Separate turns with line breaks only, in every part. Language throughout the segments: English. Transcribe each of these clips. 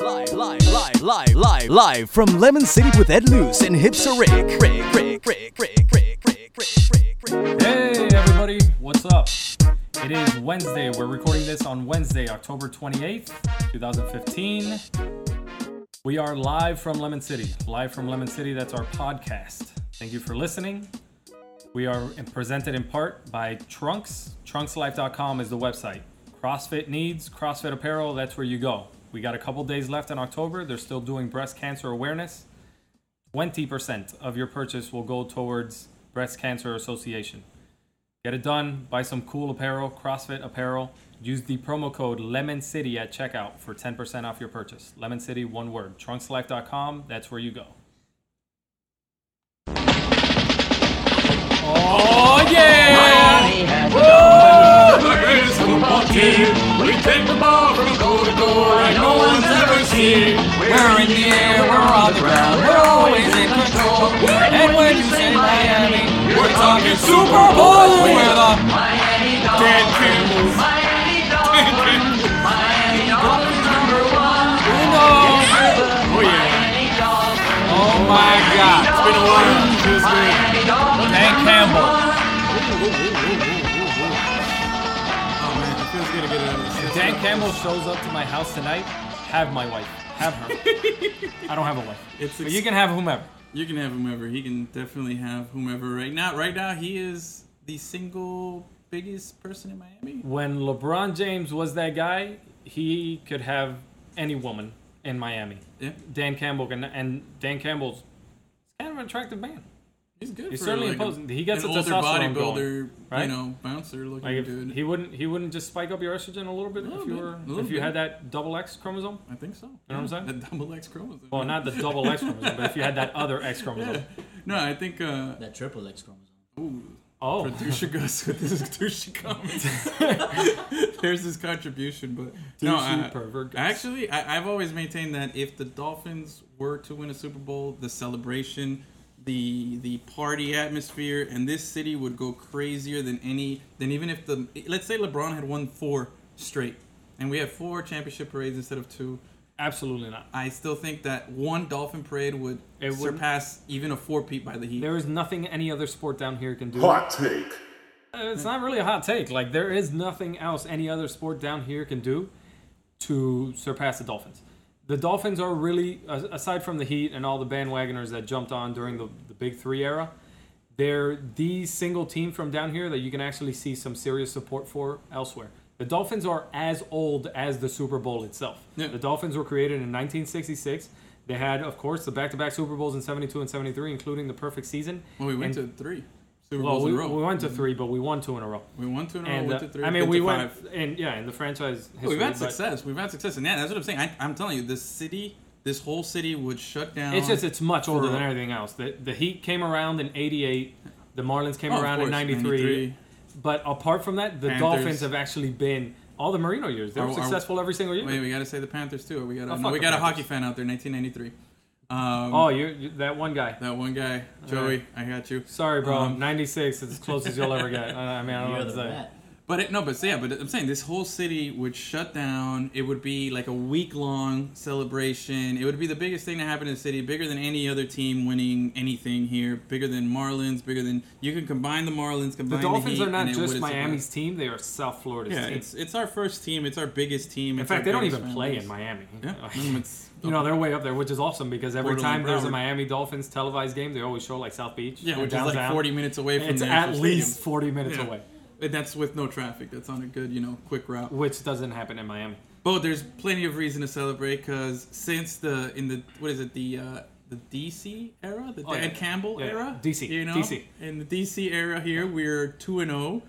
Live, live, live from Lemon City with Ed Luce and Hipster Rick. Rick, Rick, Rick, Rick, Rick, Rick, Rick, Rick, Rick.
Hey, everybody, what's up? It is Wednesday. We're recording this on Wednesday, October 28th, 2015. We are live from Lemon City. Live from Lemon City, that's our podcast. Thank you for listening. We are in- presented in part by Trunks. Trunkslife.com is the website. CrossFit needs, CrossFit apparel, that's where you go. We got a couple days left in October. They're still doing breast cancer awareness. 20% of your purchase will go towards Breast Cancer Association. Get it done. Buy some cool apparel, CrossFit apparel. Use the promo code Lemon City at checkout for 10% off your purchase. Lemon City, one word. Trunkslife.com, that's where you go. Oh, yeah!
Packers football team. We take the ball from goal to goal like no one's ever seen. We're in the air, we're on the ground, we're always in control. And when you say Miami, we're talking Super Bowl with a Dan Campbell's. Dan Campbell's. Oh, yeah. Oh, my God. It's been a while. Feels good.
Dan Campbell.
Oh, man. It feels good to get it out of the system.
Dan Campbell shows up to my house tonight. Have my wife. Have her. I don't have a wife.
It's
But you can have whomever.
You can have whomever. He can definitely have whomever right now. Right now, he is the single biggest person in Miami.
When LeBron James was that guy, he could have any woman in Miami.
Yeah,
Dan Campbell can, and Dan Campbell's kind of an attractive man.
he's good.
He's
for
certainly
like a-
imposing. He gets
an
a
older
testosterone going.
bodybuilder,
right?
you know, bouncer looking
Like if
dude.
he wouldn't, he wouldn't just spike up your estrogen a little bit
Little
if you
bit,
were,
little
if you
bit.
had that double X chromosome.
I think so. You
know what I'm saying?
The double X chromosome.
Well, not the double X chromosome, but if you had that other X chromosome.
Yeah. No, I think. Uh,
That triple X chromosome.
ooh,
Oh,
producer Gus with his douchey comments. There's his contribution, but no,
Douchey
I-
pervert Gus.
actually, I, I've always maintained that if the Dolphins were to win a Super Bowl, the celebration, the the party atmosphere, and this city would go crazier than any than even if the let's say LeBron had won four straight, and we have four championship parades instead of two.
absolutely not.
I still think that one Dolphin parade would
It wouldn't-
surpass even a four peat by the Heat.
There is nothing any other sport down here can do.
Hot take.
It's not really a hot take. Like there is nothing else any other sport down here can do to surpass the Dolphins. The Dolphins are really, as- aside from the Heat and all the bandwagoners that jumped on during the, the Big Three era, they're the single team from down here that you can actually see some serious support for elsewhere. The Dolphins are as old as the Super Bowl itself.
Yeah.
The Dolphins were created in 1966. They had, of course, the back-to-back Super Bowls in 72 and 73, including the perfect season.
well, we went
And-
to three Super
well,
Bowls
we,
in a row. Mm-hmm.
we went to three, but we won two in a row.
We won two in a row,
And
went
uh,
to Oh, three.
I mean,
been
we
to
went
five. Oh,
and yeah, in the franchise history.
We've had
but
success. We've had success, and yeah, that's what I'm saying. I, I'm telling you, this city, this whole city would shut down.
It's just it's much older
For-
than everything else. The the Heat came around in '88. The Marlins came
Oh, of
around in
course,
'93. But apart from that, the
Panthers.
Dolphins have actually been all the Marino years. They were
Are- are-
successful every single year.
Wait, we gotta say the Panthers too. We got
Oh,
a,
fuck
we
the
got a
Panthers.
hockey fan out there, 1993. Um,
oh, you you- that one guy.
that one guy, Joey. I got you.
Sorry, bro.
Um,
'96 is as close as you'll ever get. I I mean, I don't know what
You're
to
the
say.
rat.
But it, no, but yeah, but I'm saying this whole city would shut down. It would be like a week long celebration. It would be the biggest thing to happen in the city, bigger than any other team winning anything here, bigger than Marlins, bigger than you can combine the Marlins, combine
The Dolphins
Heat,
are not
and it
just
wouldn't surprise-
Miami's team; they are South Florida's
Yeah,
team.
it's it's our first team. It's our biggest team.
in fact, they don't even play in Miami.
Yeah, mm, it's,
You know, they're way up there, which is awesome because every
Borderline
time there's a
Broward.
Miami Dolphins televised game, they always show like South Beach.
yeah,
or
which is like
downtown.
40 minutes away from
It's
the
at
actual
least
stadium.
40 minutes
Yeah.
away,
And that's with no traffic. That's on a good, you know, quick route.
which doesn't happen in Miami.
But there's plenty of reason to celebrate because since the in the what is it the uh, the DC era, the
Oh,
Dad
yeah.
Campbell
Yeah,
era,
DC,
you know,
DC.
in the DC era here, we're two and zero,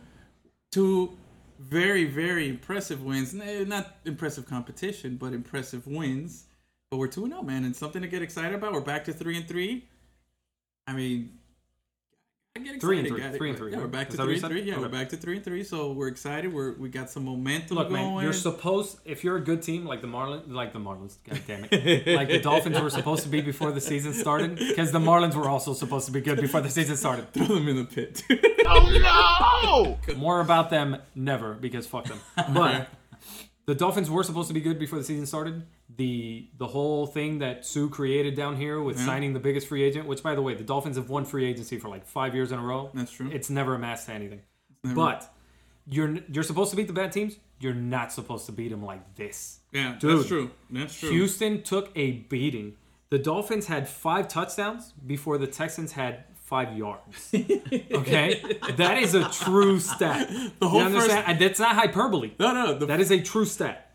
two very very impressive wins. N- eh, Not impressive competition, but impressive wins. But we're two and zero, man, and something to get excited about. We're back to three and three. I mean, I'm getting
Three and
excited,
three,
guys.
three and three,
Yeah, we're
right?
back to
Is that what you
three and
said?
three. Yeah, we're
Okay.
back to three and three. So we're excited. We're we got some momentum
Look,
going.
man, you're supposed if you're a good team like the Marlins, like the Marlins, god damn it, like the Dolphins were supposed to be before the season started, because the Marlins were also supposed to be good before the season started.
Throw them in the pit.
More about them never, because fuck them. But the Dolphins were supposed to be good before the season started. The the whole thing that Sue created down here with signing the biggest free agent, which by the way, the Dolphins have won free agency for like five years in a row.
That's true.
It's never amassed to anything. But you're you're supposed to beat the bad teams. You're not supposed to beat them like this.
yeah,
Dude.
that's true. That's true.
Houston took a beating. The Dolphins had five touchdowns before the Texans had five yards. Okay, that is a true stat. The
whole
you understand?
first-
And that's not hyperbole.
no, no, the
That is a true stat.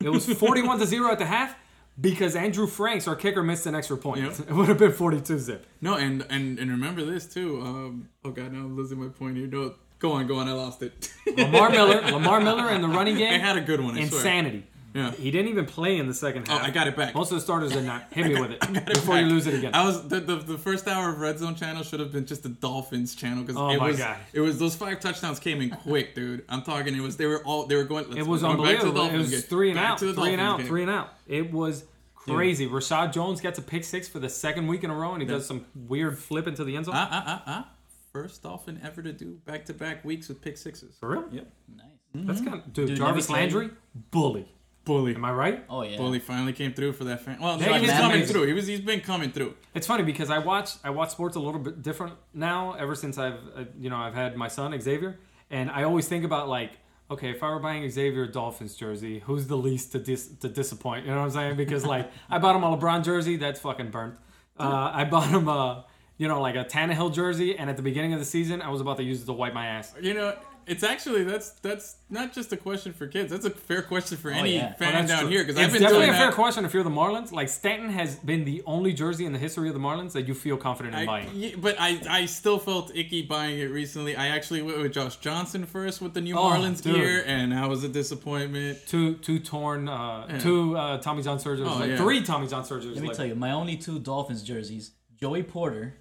It was forty-one to zero at the half because Andrew Franks, our kicker, missed an extra point.
Yep.
It would have been forty-two zip.
No, and and and remember this too. Um, oh god, now I'm losing my point here. No, go on, go on. I lost it.
Lamar Miller, Lamar Miller, in the running game.
I had a good one. I swear.
insanity.
Yeah. Oh,
He didn't even play in the second half.
I got it back.
Most of the starters did not. Hit me with it before
Back.
you lose it again.
I was the, the, the first hour of Red Zone channel should have been just the Dolphins channel because
Oh
it
my
was
God.
it was those five touchdowns came in quick, dude. I'm talking. It was they were all they were going. Let's
It was
go back to
unbelievable.
the
It
Dolphins
was
game.
three and
Back
out,
to the
three and
Dolphins
out,
game.
three and out. It was crazy. Rashad Jones gets a pick six for the second week in a row, and he does some weird flip into the end zone.
Uh, uh, uh, uh. First Dolphin ever to do back to back weeks with pick sixes.
For real?
Yep. Mm-hmm.
Nice.
That's kind of dude.
Dude,
Jarvis
never seen-
Landry, bully.
Bully.
Am I right?
Oh yeah.
Bully finally came through for that fan. Well,
Yeah, he's
he's coming
amazing.
through. He was he's been coming through.
It's funny because I watch I watch sports a little bit different now. Ever since I've uh, you know I've had my son Xavier, and I always think about like. Okay, if I were buying Xavier a Dolphins jersey, who's the least to dis- to disappoint? You know what I'm saying? Because like I bought him a LeBron jersey, that's fucking burnt. Uh, I bought him a you know like a Tannehill jersey, and at the beginning of the season, I was about to use it to wipe my ass.
You know, it's actually that's that's not just a question for kids. That's a fair question for any
yeah.
fan
Oh, That's
down
true.
here because
It's
I've been
definitely
doing
a fair
that.
question if you're the Marlins. Like Stanton has been the only jersey in the history of the Marlins that you feel confident in
I,
buying.
yeah, but I, I still felt icky buying it recently. I actually went with Josh Johnson first with the new
Oh,
Marlins
dude.
gear, and that was a disappointment.
two two torn uh, two uh, Tommy John surgeries,
Oh,
like
yeah.
three Tommy John surgeries.
Let me
like-
tell you, my only two Dolphins jerseys, Joey Porter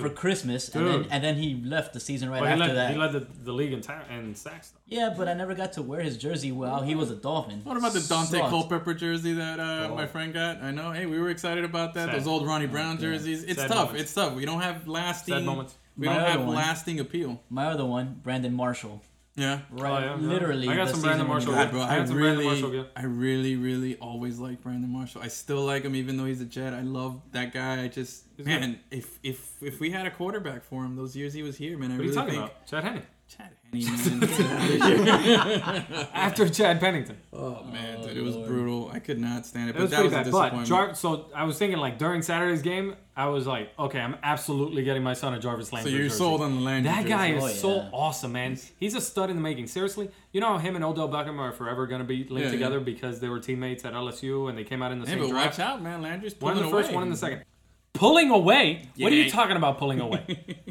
for Christmas, and
Dude.
then, and then he left the season right
But he
after
led,
that.
he led the, the league in, ta- in sacks. Though.
yeah, but I never got to wear his jersey while he was a Dolphin.
What about the Dante
Sucked.
Culpepper jersey that uh, my friend got? I know. Hey, we were excited about that.
Sad.
Those old Ronnie Brown jerseys. It's
Sad
tough.
moments.
It's tough. We don't have lasting.
moments.
We
My
don't
other
have
one.
lasting appeal.
My other one, Brandon Marshall.
Yeah.
Right,
Oh, yeah, yeah.
literally.
I got
the
some Brandon
season when he
Marshall.
got-
God, bro,
Yeah,
I
that's a Brandon
really,
Marshall, yeah.
I really, really always like Brandon Marshall. I still like him, even though he's a Jet. I love that guy. I just
good.
man, if if if we had a quarterback for him those years he was here, man,
What
I
are
really
you talking
think.
about? Chad Henning.
Chad Henne, man.
After Chad Pennington.
oh man, dude, it was
Lord.
brutal. I could not stand it.
It
But
was
that
pretty
was a
bad. But
disappointment.
Jar- so I was thinking like during Saturday's game, I was like, okay, I'm absolutely getting my son a Jarvis
so
Landry.
you're
jersey.
sold on the land.
That guy is
Oh,
so
yeah.
awesome, man. He's a stud in the making. Seriously, you know how him and Odell Beckham are forever going to be linked
Yeah,
together because they were teammates at LSU and they came out in the
Hey,
same
but
draft.
watch out, man. Landry's
One
pulling
in the first,
away.
one in the second. Pulling away? What are
Yeah.
you talking about pulling away?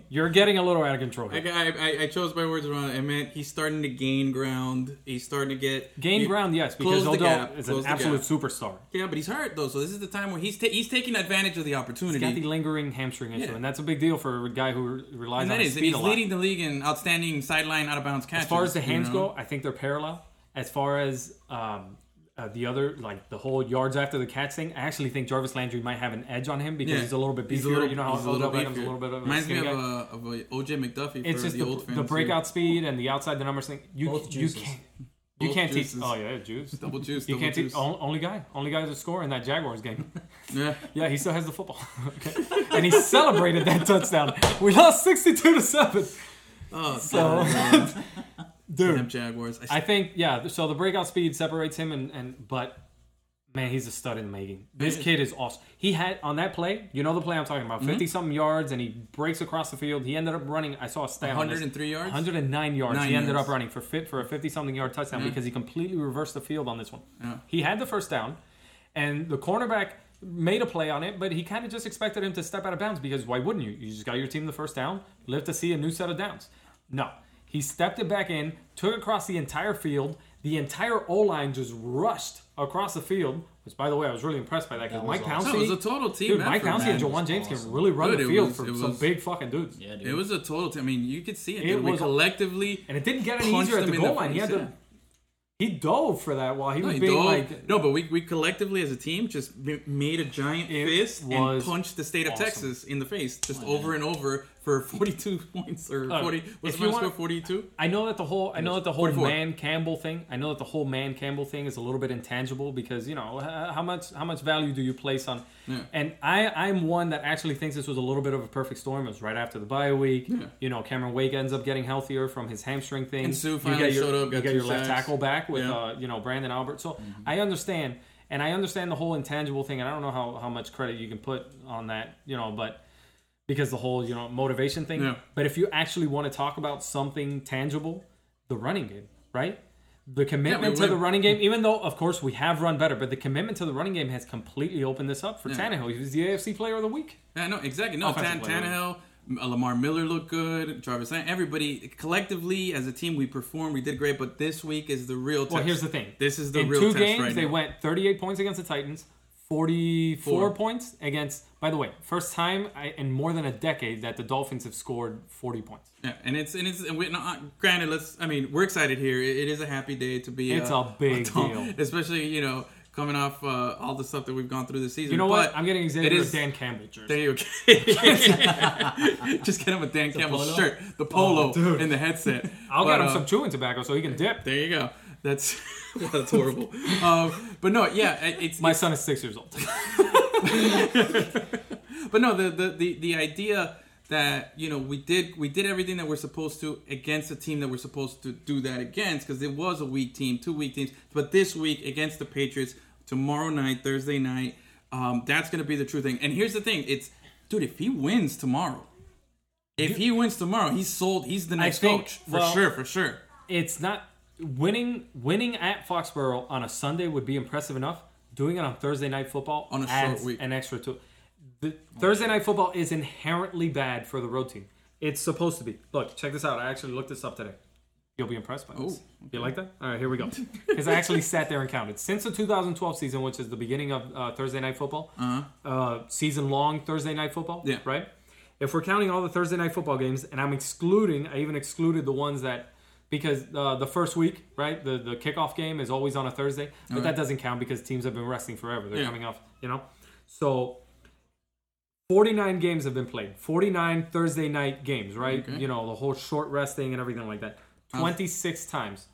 You're getting a little out of control.
I,
Here.
I, I- I chose my words around. it. I meant he's starting to gain ground. He's starting to get
Gain
he-
ground, yes, because
Close the
Odell
gap.
is
Close
an
the gap.
absolute superstar.
Yeah, but he's hurt though, so this is the time where he's ta- he's taking advantage of the opportunity.
He's got the lingering hamstring issue,
Yeah.
and that's a big deal for a guy who re- relies
And that
on his
is, and
speed
he's
a lot.
leading the league in outstanding sideline out of bounds catches.
as far as the
you
hands
know?
go, I think they're parallel. As far as um, uh, the other, like the whole yards after the catch thing, I actually think Jarvis Landry might have an edge on him because he's a little bit beefier.
He's a
you know how
he's a little
Odell Beckham's a
beefier.
little bit of a
reminds me
skinny
of uh,
guy?
a, of a OJ McDuffie. For
it's just
the,
the,
old fans
the
too.
breakout speed and the outside the numbers thing. You
Both
you
juices.
can't you
Both
can't
juices.
teach. Oh yeah, juice.
double juice.
You
double
can't teach.
juice.
on- Only guy, only guy to score in that Jaguars game.
Yeah.
yeah, he still has the football, okay. and he celebrated that touchdown. We lost sixty-two to seven.
Oh,
So,
damn
dude,
Jaguars. I,
I think yeah. So the breakout speed separates him, and and but man, he's a stud in the making. This kid is awesome. He had on that play, you know the play I'm talking about,
Mm-hmm.
50 something yards, and he breaks across the field. He ended up running. I saw a stat. on this.
103 yards?
109 yards.
Nine
he ended
yards. Mm-hmm.
up running for fit for a 50 something yard touchdown because he completely reversed the field on this one.
Yeah.
He had the first down, and the cornerback. Made a play on it, but he kind of just expected him to step out of bounds because why wouldn't you? You just got your team the first down, live to see a new set of downs. No. He stepped it back in, took across the entire field, The entire O line just rushed across the field. Which, by the way, I was really impressed by that because Mike
No, it
Pouncey,
was a total team
dude,
effort.
Mike Pouncey and
man.
Jawan James can really run
Dude,
the
it
field
was-
for
it
some
was-
big fucking dudes.
Yeah, dude.
It was a total team. I mean, you could see it.
It
dude. we
was-
collectively.
and it didn't get any
punched
easier at
him
the
in the
goal line. He had
face,
to, he dove for that while he
No,
was
he
being
dove.
like,
no, but we, we collectively as a team just m- made a giant
It
fist and
was
punched the state of
awesome.
Texas in the face just over and over for 42 points or
Look,
40. What's
Uh, if
my
you
score?
want-
42.
I know that the whole I know that the whole
44.
man Campbell thing. I know that the whole man Campbell thing is a little bit intangible because you know h- how much how much value do you place on? And I I'm one that actually thinks this was a little bit of a perfect storm. It was right after the bye week. You know Cameron Wake ends up getting healthier from his hamstring thing.
And Sue
You
finally
get your,
showed up, got
you get
two
your left
sacks.
tackle back with
Yeah. Mm-hmm.
uh, you know Brandon Albert. So I understand and I understand the whole intangible thing. And I don't know how how much credit you can put on that. You know, but because the whole you know motivation thing.
Yeah.
But if you actually want to talk about something tangible, the running game, right? The commitment to
win.
the running game, even though of course we have run better, but the commitment to the running game has completely opened this up for Tannehill. He was the AFC Player of the Week.
Yeah, no, exactly. No, Tan-
Offensive player.
Tannehill, M- uh, Lamar Miller looked good. Travis, Lan- everybody collectively as a team, we performed. We did great, but this week is the real. Test.
Well, here's the thing.
This is the
In
real
two
test
games
right
they
now.
went 38 points against the Titans, 44
Four.
points against. By the way, first time I, in more than a decade that the Dolphins have scored 40 points.
Yeah, and it's and it's and we, no, uh, granted. Let's. I mean, we're excited here. It, it is a happy day to be.
It's a big deal.
especially you know coming off uh, all the stuff that we've gone through this season.
You know
but
what? I'm getting
it
Xavier
is
Dan Campbell jersey.
There you go. Just get him a Dan Campbell
polo?
shirt, the polo,
Oh, dude.
and the headset.
I'll
But,
get him
uh,
some chewing tobacco so he can dip.
There you go. That's well, that's horrible. um, but no, yeah, it- it's
My son is six years old.
But no, the, the the the idea that you know we did we did everything that we're supposed to against a team that we're supposed to do that against because it was a weak team, two weak teams. But this week against the Patriots, tomorrow night, Thursday night, um, that's going to be the true thing. And here's the thing: it's dude, if he wins tomorrow, if he wins tomorrow, he's sold. He's the next
think-
coach for
well-
sure, for sure.
it's not winning winning at Foxborough on a Sunday would be impressive enough. Doing it on Thursday night football
On a short
adds
week.
an extra two. The, Thursday night football is inherently bad for the road team. It's supposed to be. Look, check this out. I actually looked this up today. You'll be impressed by this. You like that? All right, here we go. Because I actually sat there and counted since the 2012 season, which is the beginning of uh, Thursday night football, uh season long Thursday night football.
Uh-huh. Yeah.
Right. If we're counting all the Thursday night football games, and I'm excluding, I even excluded the ones that because uh, the first week, right, the the kickoff game is always on a Thursday, but that doesn't count because teams have been resting forever. They're
Yeah.
coming off, you know. So 49 games have been played. 49 Thursday night games, right? You know, the whole short rest thing and everything like that. 26 times.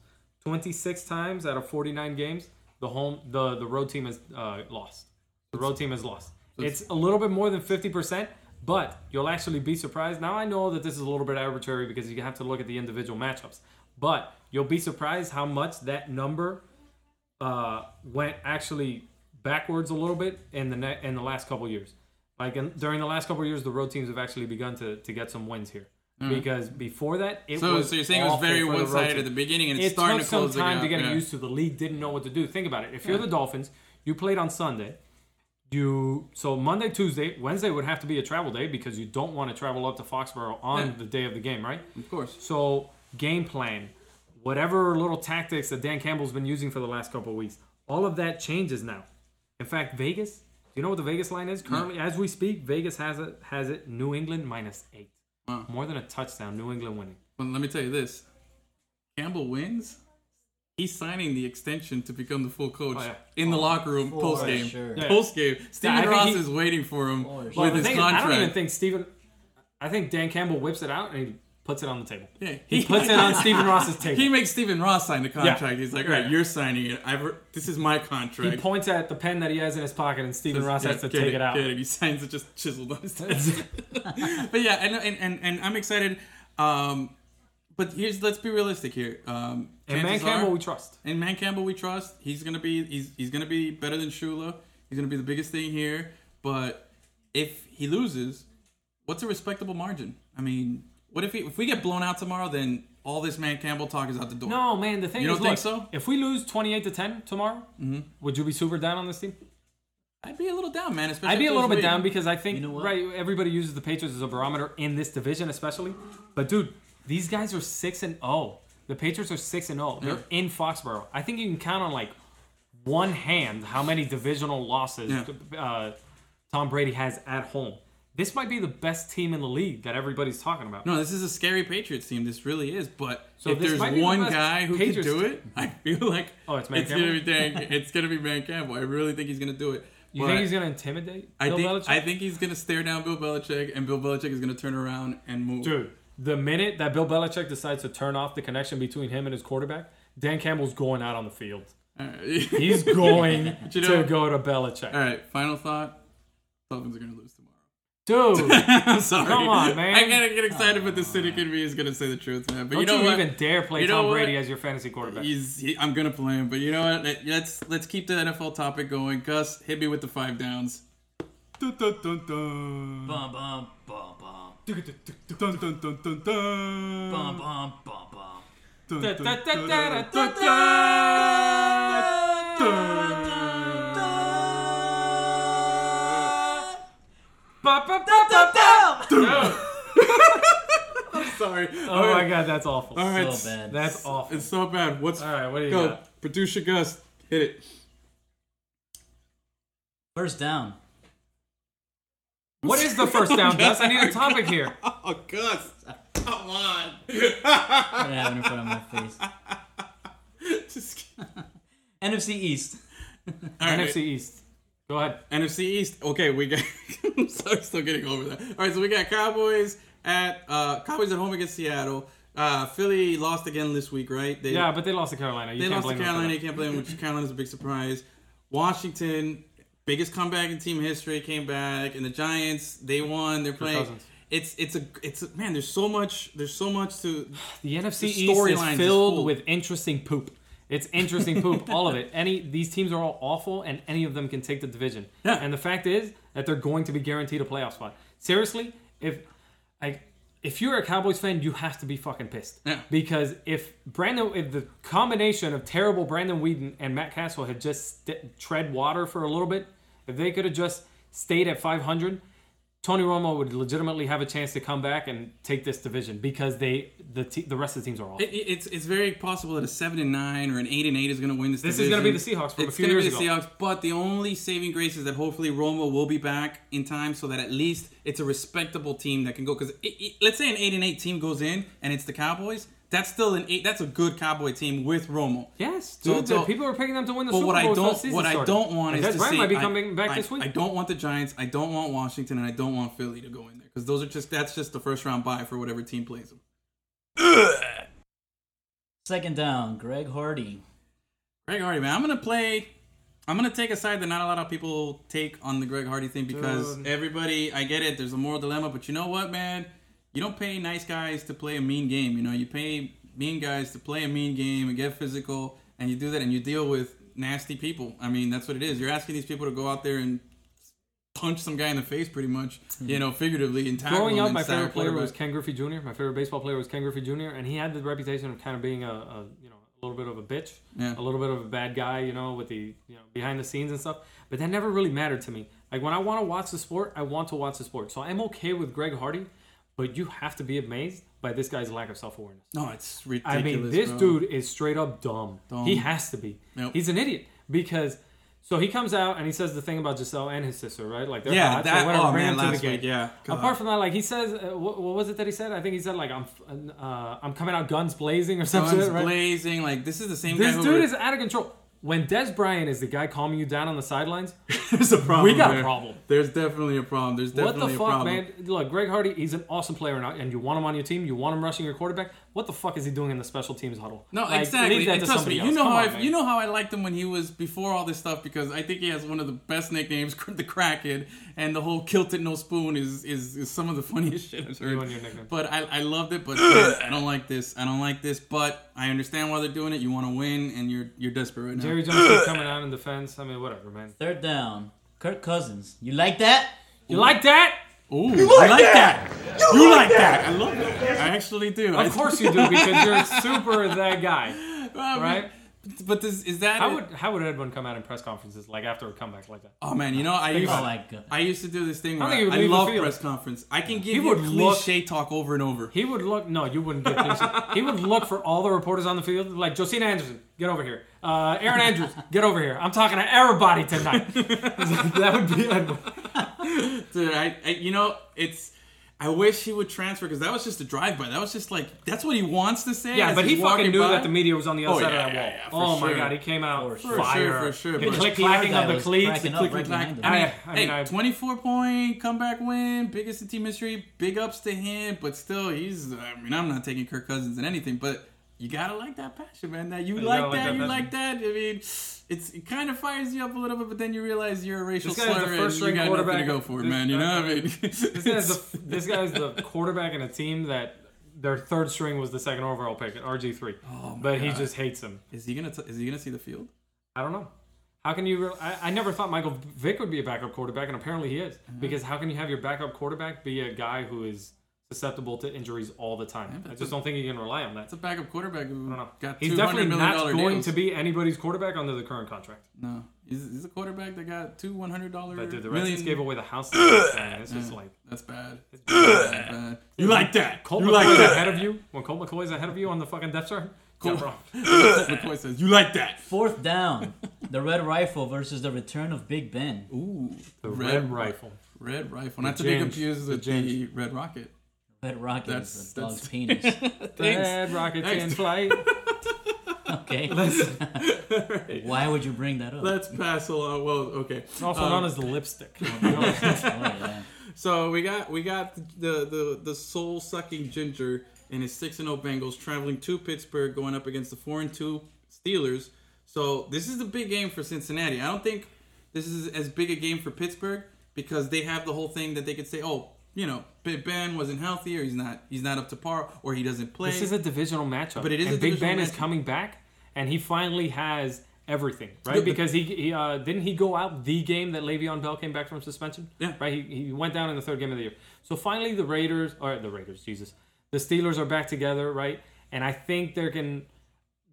26 times out of 49 games, the home the the road team has uh, lost. The road team has lost. It's a little bit more than 50%, but you'll actually be surprised. Now I know that this is a little bit arbitrary because you have to look at the individual matchups, but you'll be surprised how much that number uh, went actually backwards a little bit in the ne- in the last couple years. Like in, during the last couple years, the road teams have actually begun to, to get some wins here. Because before that, it
Hmm. So,
was
so you're saying it was
awful
very
for the road
one sided
team.
at the beginning, and
It
it's starting
took
to close
some time
the gap.
to get
yeah.
used to. The league didn't know what to do. Think about it. If you're the Dolphins, you played on Sunday. You so Monday, Tuesday, Wednesday would have to be a travel day because you don't want to travel up to Foxborough on
Yeah.
the day of the game, right?
Of course.
So game plan, whatever little tactics that Dan Campbell's been using for the last couple of weeks, all of that changes now. In fact, Vegas. Do you know what the Vegas line is currently as we speak? Vegas has it. Has it? New England minus eight. More than a touchdown. New England winning.
Well, let me tell you this: Campbell wins. He's signing the extension to become the full coach
Oh, yeah.
in the locker room
for
post game.
sure.
Yeah.
Post game, Stephen
I think
Ross
he-
is waiting for him
For
with
sure.
Well, the
his
thing is,
contract.
I don't even think Steven. I think Dan Campbell whips it out and he puts it on the table.
Yeah,
He puts it on Stephen Ross's table.
He makes Stephen Ross sign the contract. He's like, "All right,
Yeah.
you're signing it. I've re- this is my
He
contract."
points at the pen that he has in his pocket, and Stephen Ross
Yeah,
has to
get
take it, out.
get He signs it just chiseled on his desk. but yeah, and, and and and I'm excited. Um, but here's let's be realistic here. Um,
And Man
chances are-
Campbell, we trust.
And Man Campbell, we trust. He's gonna be he's he's gonna be better than Shula. He's gonna be the biggest thing here. But if he loses, what's a respectable margin? I mean, what if he, if we get blown out tomorrow? Then all this Man Campbell talk is out the door.
No, man. The thing
You
is,
don't think
look,
so? Mm-hmm.
if we lose twenty-eight to ten tomorrow, would you be super down on this team?
I'd be a little down, man. Especially
I'd be a
after
little
this
bit
week.
down because I think
You know what?
right everybody uses the Patriots as a barometer in this division, especially. But dude, these guys are six and oh. The Patriots are six and zero. They're in Foxborough. I think you can count on like one hand how many divisional losses uh, Tom Brady has at home. This might be the best team in the league that everybody's talking about.
No, this is a scary Patriots team. This really is. But
So
if
this
there's
might be the
one
best
guy who
Patriots
can do
team.
it, I feel like
Oh, it's Matt
gonna be Dan, it's gonna be Matt Campbell. I really think he's gonna do it.
You
But
think he's gonna intimidate
I
Bill
think
Belichick?
I think he's gonna stare down Bill Belichick, and Bill Belichick is gonna turn around and move.
Dude, the minute that Bill Belichick decides to turn off the connection between him and his quarterback, Dan Campbell's going out on the field.
All right.
He's going to
you know-
go to Belichick.
All right. Final thought: Dolphins are gonna lose tomorrow.
Dude,
I'm sorry.
Come on, man.
I gotta get excited, but the cynic in me is gonna say the truth, man. But
don't
you
you,
know what?
even dare play
You know
Tom
what?
Brady as your fantasy quarterback.
He's, he, I'm gonna play him, but you know what? Let- Let's let's keep the NFL topic going. Gus, hit me with the five downs. Dun, dun, dun, dun.
Bum bum bum bum.
Dun, dun, dun, dun, dun.
Bum bum bum bum.
Dun,
Da,
dun,
da, da,
dun,
da, da,
dun,
da,
dun,
da. Ba, ba, ba, ba, ba.
Sorry.
Oh my god, that's awful.
All right.
So bad.
That's awful.
It's so bad. What's
All right, what do you
go?
got?
Producer Gus, hit it.
First down.
What is the first down, Gus? I need a topic here.
Oh, Gus, come on.
What happened in front of my face?
Just kidding.
NFC East.
All right.
NFC East. Go ahead.
NFC East. Okay, we got. I'm sorry, still getting over that. All right, so we got Cowboys at uh, Cowboys at home against Seattle. Uh, Philly lost again this week, right? They,
Yeah, but they lost to Carolina. You
they
can't
lost to
blame them for
Carolina.
that.
You can't blame them, which Carolina's a big surprise. Washington, biggest comeback in team history, came back, and the Giants they won. They're playing.
Cousins.
It's it's a it's a, man. There's so much. There's so much to.
The NFC
The
East is
storylines is
filled
full.
with interesting poop. It's interesting poop, all of it. Any these teams are all awful, and any of them can take the division.
Yeah.
And the fact is that they're going to be guaranteed a playoff spot. Seriously, if like if you're a Cowboys fan, you have to be fucking pissed.
Yeah.
Because if Brandon, if the combination of terrible Brandon Whedon and Matt Castle had just st- tread water for a little bit, if they could have just stayed at 500, Tony Romo would legitimately have a chance to come back and take this division because they the te- the rest of the teams are awful.
It, it's it's very possible that a seven and nine or an eight and eight is going to win this.
This is gonna
division.
be the Seahawks from a
it's
few
gonna
years
be the
ago.
Seahawks, but the only saving grace is that hopefully Romo will be back in time, so that at least it's a respectable team that can go. Because let's say an eight and eight team goes in and it's the Cowboys, that's still an eight. That's a good Cowboy team with Romo.
Yes,
So-
dude.
so-
the people are picking them to win the
But
Super
what I
Bowl. since the
don't
season
what I
started.
don't want
And
is
Des
to
Bryant
see.
might be
I-
coming back
I,
this week.
I don't want the Giants. I don't want Washington, and I don't want Philly to go in there because those are just that's just the first round bye for whatever team plays them.
Second down. Greg Hardy.
Greg Hardy, man. I'm gonna play. I'm gonna take a side that not a lot of people take on the Greg Hardy thing because
Dude.
everybody, I get it. There's a moral dilemma, but you know what, man? You don't pay nice guys to play a mean game. You know, you pay mean guys to play a mean game and get physical, and you do that, and you deal with nasty people. I mean, that's what it is. You're asking these people to go out there and punch some guy in the face, pretty much. You know, figuratively and tackle
Hmm. Growing
him
up,
and
my
sack
favorite player
quarterback.
was Ken Griffey Jr. My favorite baseball player was Ken Griffey Jr. And he had the reputation of kind of being a, a you know a little bit of a bitch,
Yeah.
a little bit of a bad guy, you know, with the you know behind the scenes and stuff. But that never really mattered to me. Like when I want to watch the sport, I want to watch the sport. So I'm okay with Greg Hardy, but you have to be amazed by this guy's lack of self awareness.
No, it's
I
ridiculous.
mean, this
bro.
dude is straight up dumb. He has to be.
Yep.
He's an idiot because. So he comes out and he says the thing about Giselle and his sister, right? Like they're
Yeah,
hot, so
that-
whatever,
oh,
bring
man,
them to the
last
game.
week, yeah. God.
Apart from that, like he says, uh, what, what was it that he said? I think he said like I'm f- uh, I'm coming out guns blazing or something.
Guns
Right?
blazing. Like this is the same guy.
This
who
dude
would-
is out of control. When Des Bryant is the guy calming you down on the sidelines,
There's a problem.
We got a
there.
problem.
There's definitely a problem. There's
what the
definitely a
fuck,
problem.
man? Look, Greg Hardy, he's an awesome player, and, and you want him on your team. You want him rushing your quarterback. What the fuck is he doing in the special teams huddle?
No,
Like,
exactly.
leave that
And
to
trust
somebody
me, you
else.
know
Come
how
on,
I,
man.
you know how I liked him when he was before all this stuff because I think he has one of the best nicknames, the Crackhead, and the whole kilted no spoon is, is is some of the funniest shit I've heard.
and your nickname.
But I, I loved it. But man, I don't like this. I don't like this. But I understand why they're doing it. You want to win, and you're you're desperate right now.
Jerry Jones coming out in defense. I mean, whatever, man.
Third down. Kirk Cousins. You like that?
You like that?
Ooh, you like, that? You, like that. I love that. I actually do.
Of course you do, because you're super that guy, right?
but this, is that?
How
it?
would how would Edwin come out in press conferences like after a comeback like that?
oh man, you know I used
Oh my God.
I used to do this thing
I
where
think he would
I,
leave the
love
field.
press conference. I can give
He
you
would look-
cliche talk over and over.
He would look. No, you wouldn't get things. he would look for all the reporters on the field, like Josina Anderson, get over here. Uh, Aaron Andrews, get over here. I'm talking to everybody tonight. that would be Edwin.
Dude, I, I you know it's. I wish he would transfer because that was just a drive by. That was just like that's what he wants to say.
Yeah,
as
but he
he's
fucking
walking
knew
by.
that the media was on the other
Oh,
side
yeah,
of
yeah,
that
yeah, for
wall. oh my
sure.
god, he came out
For sure.
fire.
For sure, for
The
sure,
click
but-
clacking
That
of the
was
cleats. The
cracking up
click
right
clacking.
behind him.
I mean, I mean,
Hey,
I,
24 point comeback win, biggest in team history. Big ups to him, but still, he's. I mean, I'm not taking Kirk Cousins in anything, but you gotta like that passion, man. That you, like
gotta
that,
like that passion.
you like that. I mean, it's it kind of fires you up a little bit, but then you realize you're a racial
This guy is the
slur and
first-string
you got nothing to
quarterback.
go for,
This-
man. You know what I mean?
this guy's the this guy's the quarterback in a team that their third string was the second overall pick at RG three,
Oh,
but he just hates him.
is he gonna t- is he gonna see the field?
I don't know. How can you? Re- I, I never thought Michael Vick would be a backup quarterback, and apparently he is.
Mm-hmm.
Because how can you have your backup quarterback be a guy who is susceptible to injuries all the time? I just don't think you can rely on that.
It's a backup quarterback who
I don't know.
got
He's
200
definitely
million
not
dollar
going
deals.
to be anybody's quarterback under the current contract.
No, he's, he's a quarterback that got two 100 dollar.
But dude, the Redskins gave away the house. to this guy, and it's just like
That's bad. That's bad. You like that?
Colt
you like
McCoy's
that?
ahead of you when Colt McCoy's ahead of you on the fucking depth chart.
Colt-
Yeah, bro.
McCoy says you like that.
Fourth down. the Red Rifle versus the return of Big Ben.
Ooh,
The red rifle.
Red rifle, not to be
James.
confused
The
with the,
James.
red rocket.
Red Rocket
That's-
is the dog's
that's-
penis.
Red rocket
Thanks.
in flight.
Okay. Why would you bring that up?
Let's pass along. Well, okay. Um,
Also known as the lipstick.
Oh, yeah.
So we got we got the the the soul sucking ginger and his six and zero Bengals traveling to Pittsburgh, going up against the four and two Steelers. So this is the big game for Cincinnati. I don't think this is as big a game for Pittsburgh because they have the whole thing that they could say, oh, you know, Big Ben wasn't healthy, or he's not he's not up to par, or he doesn't play.
This is a divisional matchup,
But it is
And
a
Big
divisional
Ben is
matchup.
coming back, and he finally has everything, right? Because he, he uh, didn't he go out the game that Le'Veon Bell came back from suspension,
Yeah.
Right? He, he went down in the third game of the year. So finally, the Raiders or the Raiders, Jesus, the Steelers are back together, right? And I think they can.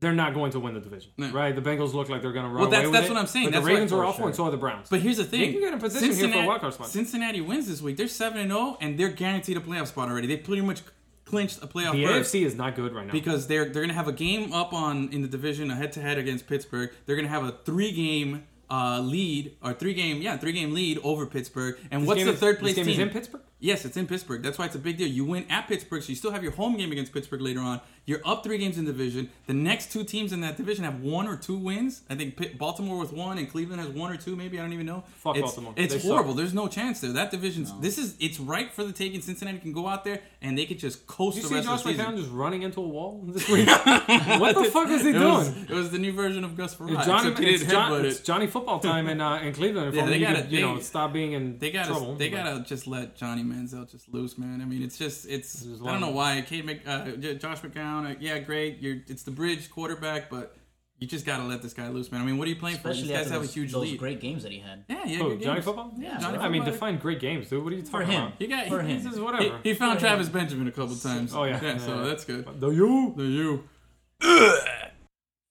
They're not going to win the division,
No.
right? The Bengals look like they're going to run
Well, that's-
away with
that's
it,
what I'm saying.
But
That's
the
why-
Ravens are
for
awful,
sure.
and so are the Browns.
But here's the thing:
can get in position here for a wild card spot.
Cincinnati wins this week. They're seven and zero, and they're guaranteed a playoff spot already. They pretty much clinched a playoff.
the
berth
AFC is not good right now.
because they're they're gonna have a game up on in the division, a head to head against Pittsburgh. They're gonna have a three game uh, lead or three game yeah three game lead over Pittsburgh. And
This
what's
game
the
is-
third place
this game
team?
is in Pittsburgh.
Yes, it's in Pittsburgh. That's why it's a big deal. You win at Pittsburgh, so you still have your home game against Pittsburgh later on. You're up three games in division. The next two teams in that division have one or two wins. I think Pitt, Baltimore with one, and Cleveland has one or two. Maybe I don't even know.
Fuck
it's,
Baltimore.
It's
They suck.
horrible. There's no chance there. That division's this is it's right for the taking. Cincinnati can go out there and they could just coast
You
the
see
rest
Josh
of the season.
McCown just running into a wall this week. what the fuck is he
it,
doing?
was, uh, it was the new version of Gus Farad.
It's Johnny,
except he
it's,
didn't
John-
headbutt
it's
it.
Johnny football time in, uh, in Cleveland. If
Yeah,
only
they
you
gotta-
could, you know,
they-
stop being in
They gotta,
trouble.
they
But
gotta just let Johnny Manziel just loose, man. I mean, it's just, it's.
is
I don't know
long.
why. Kate Mc, uh, J- Josh McCown, uh, yeah, great. You're, it's the bridge quarterback, but you just gotta let this guy loose, man. I mean, what are you playing for?
Especially
These guys
after
have
those,
a huge
those
lead.
great games that he had.
Yeah, yeah,
Who, Johnny Football?
Yeah,
Yeah,
Johnny
I mean,
Football.
define great games, dude. What are you talking
For him.
about?
You got
For
he-
him.
This is
He,
whatever.
he found Travis Benjamin a couple times.
Oh, yeah.
yeah.
Yeah,
So
yeah.
that's good.
the you.
The you.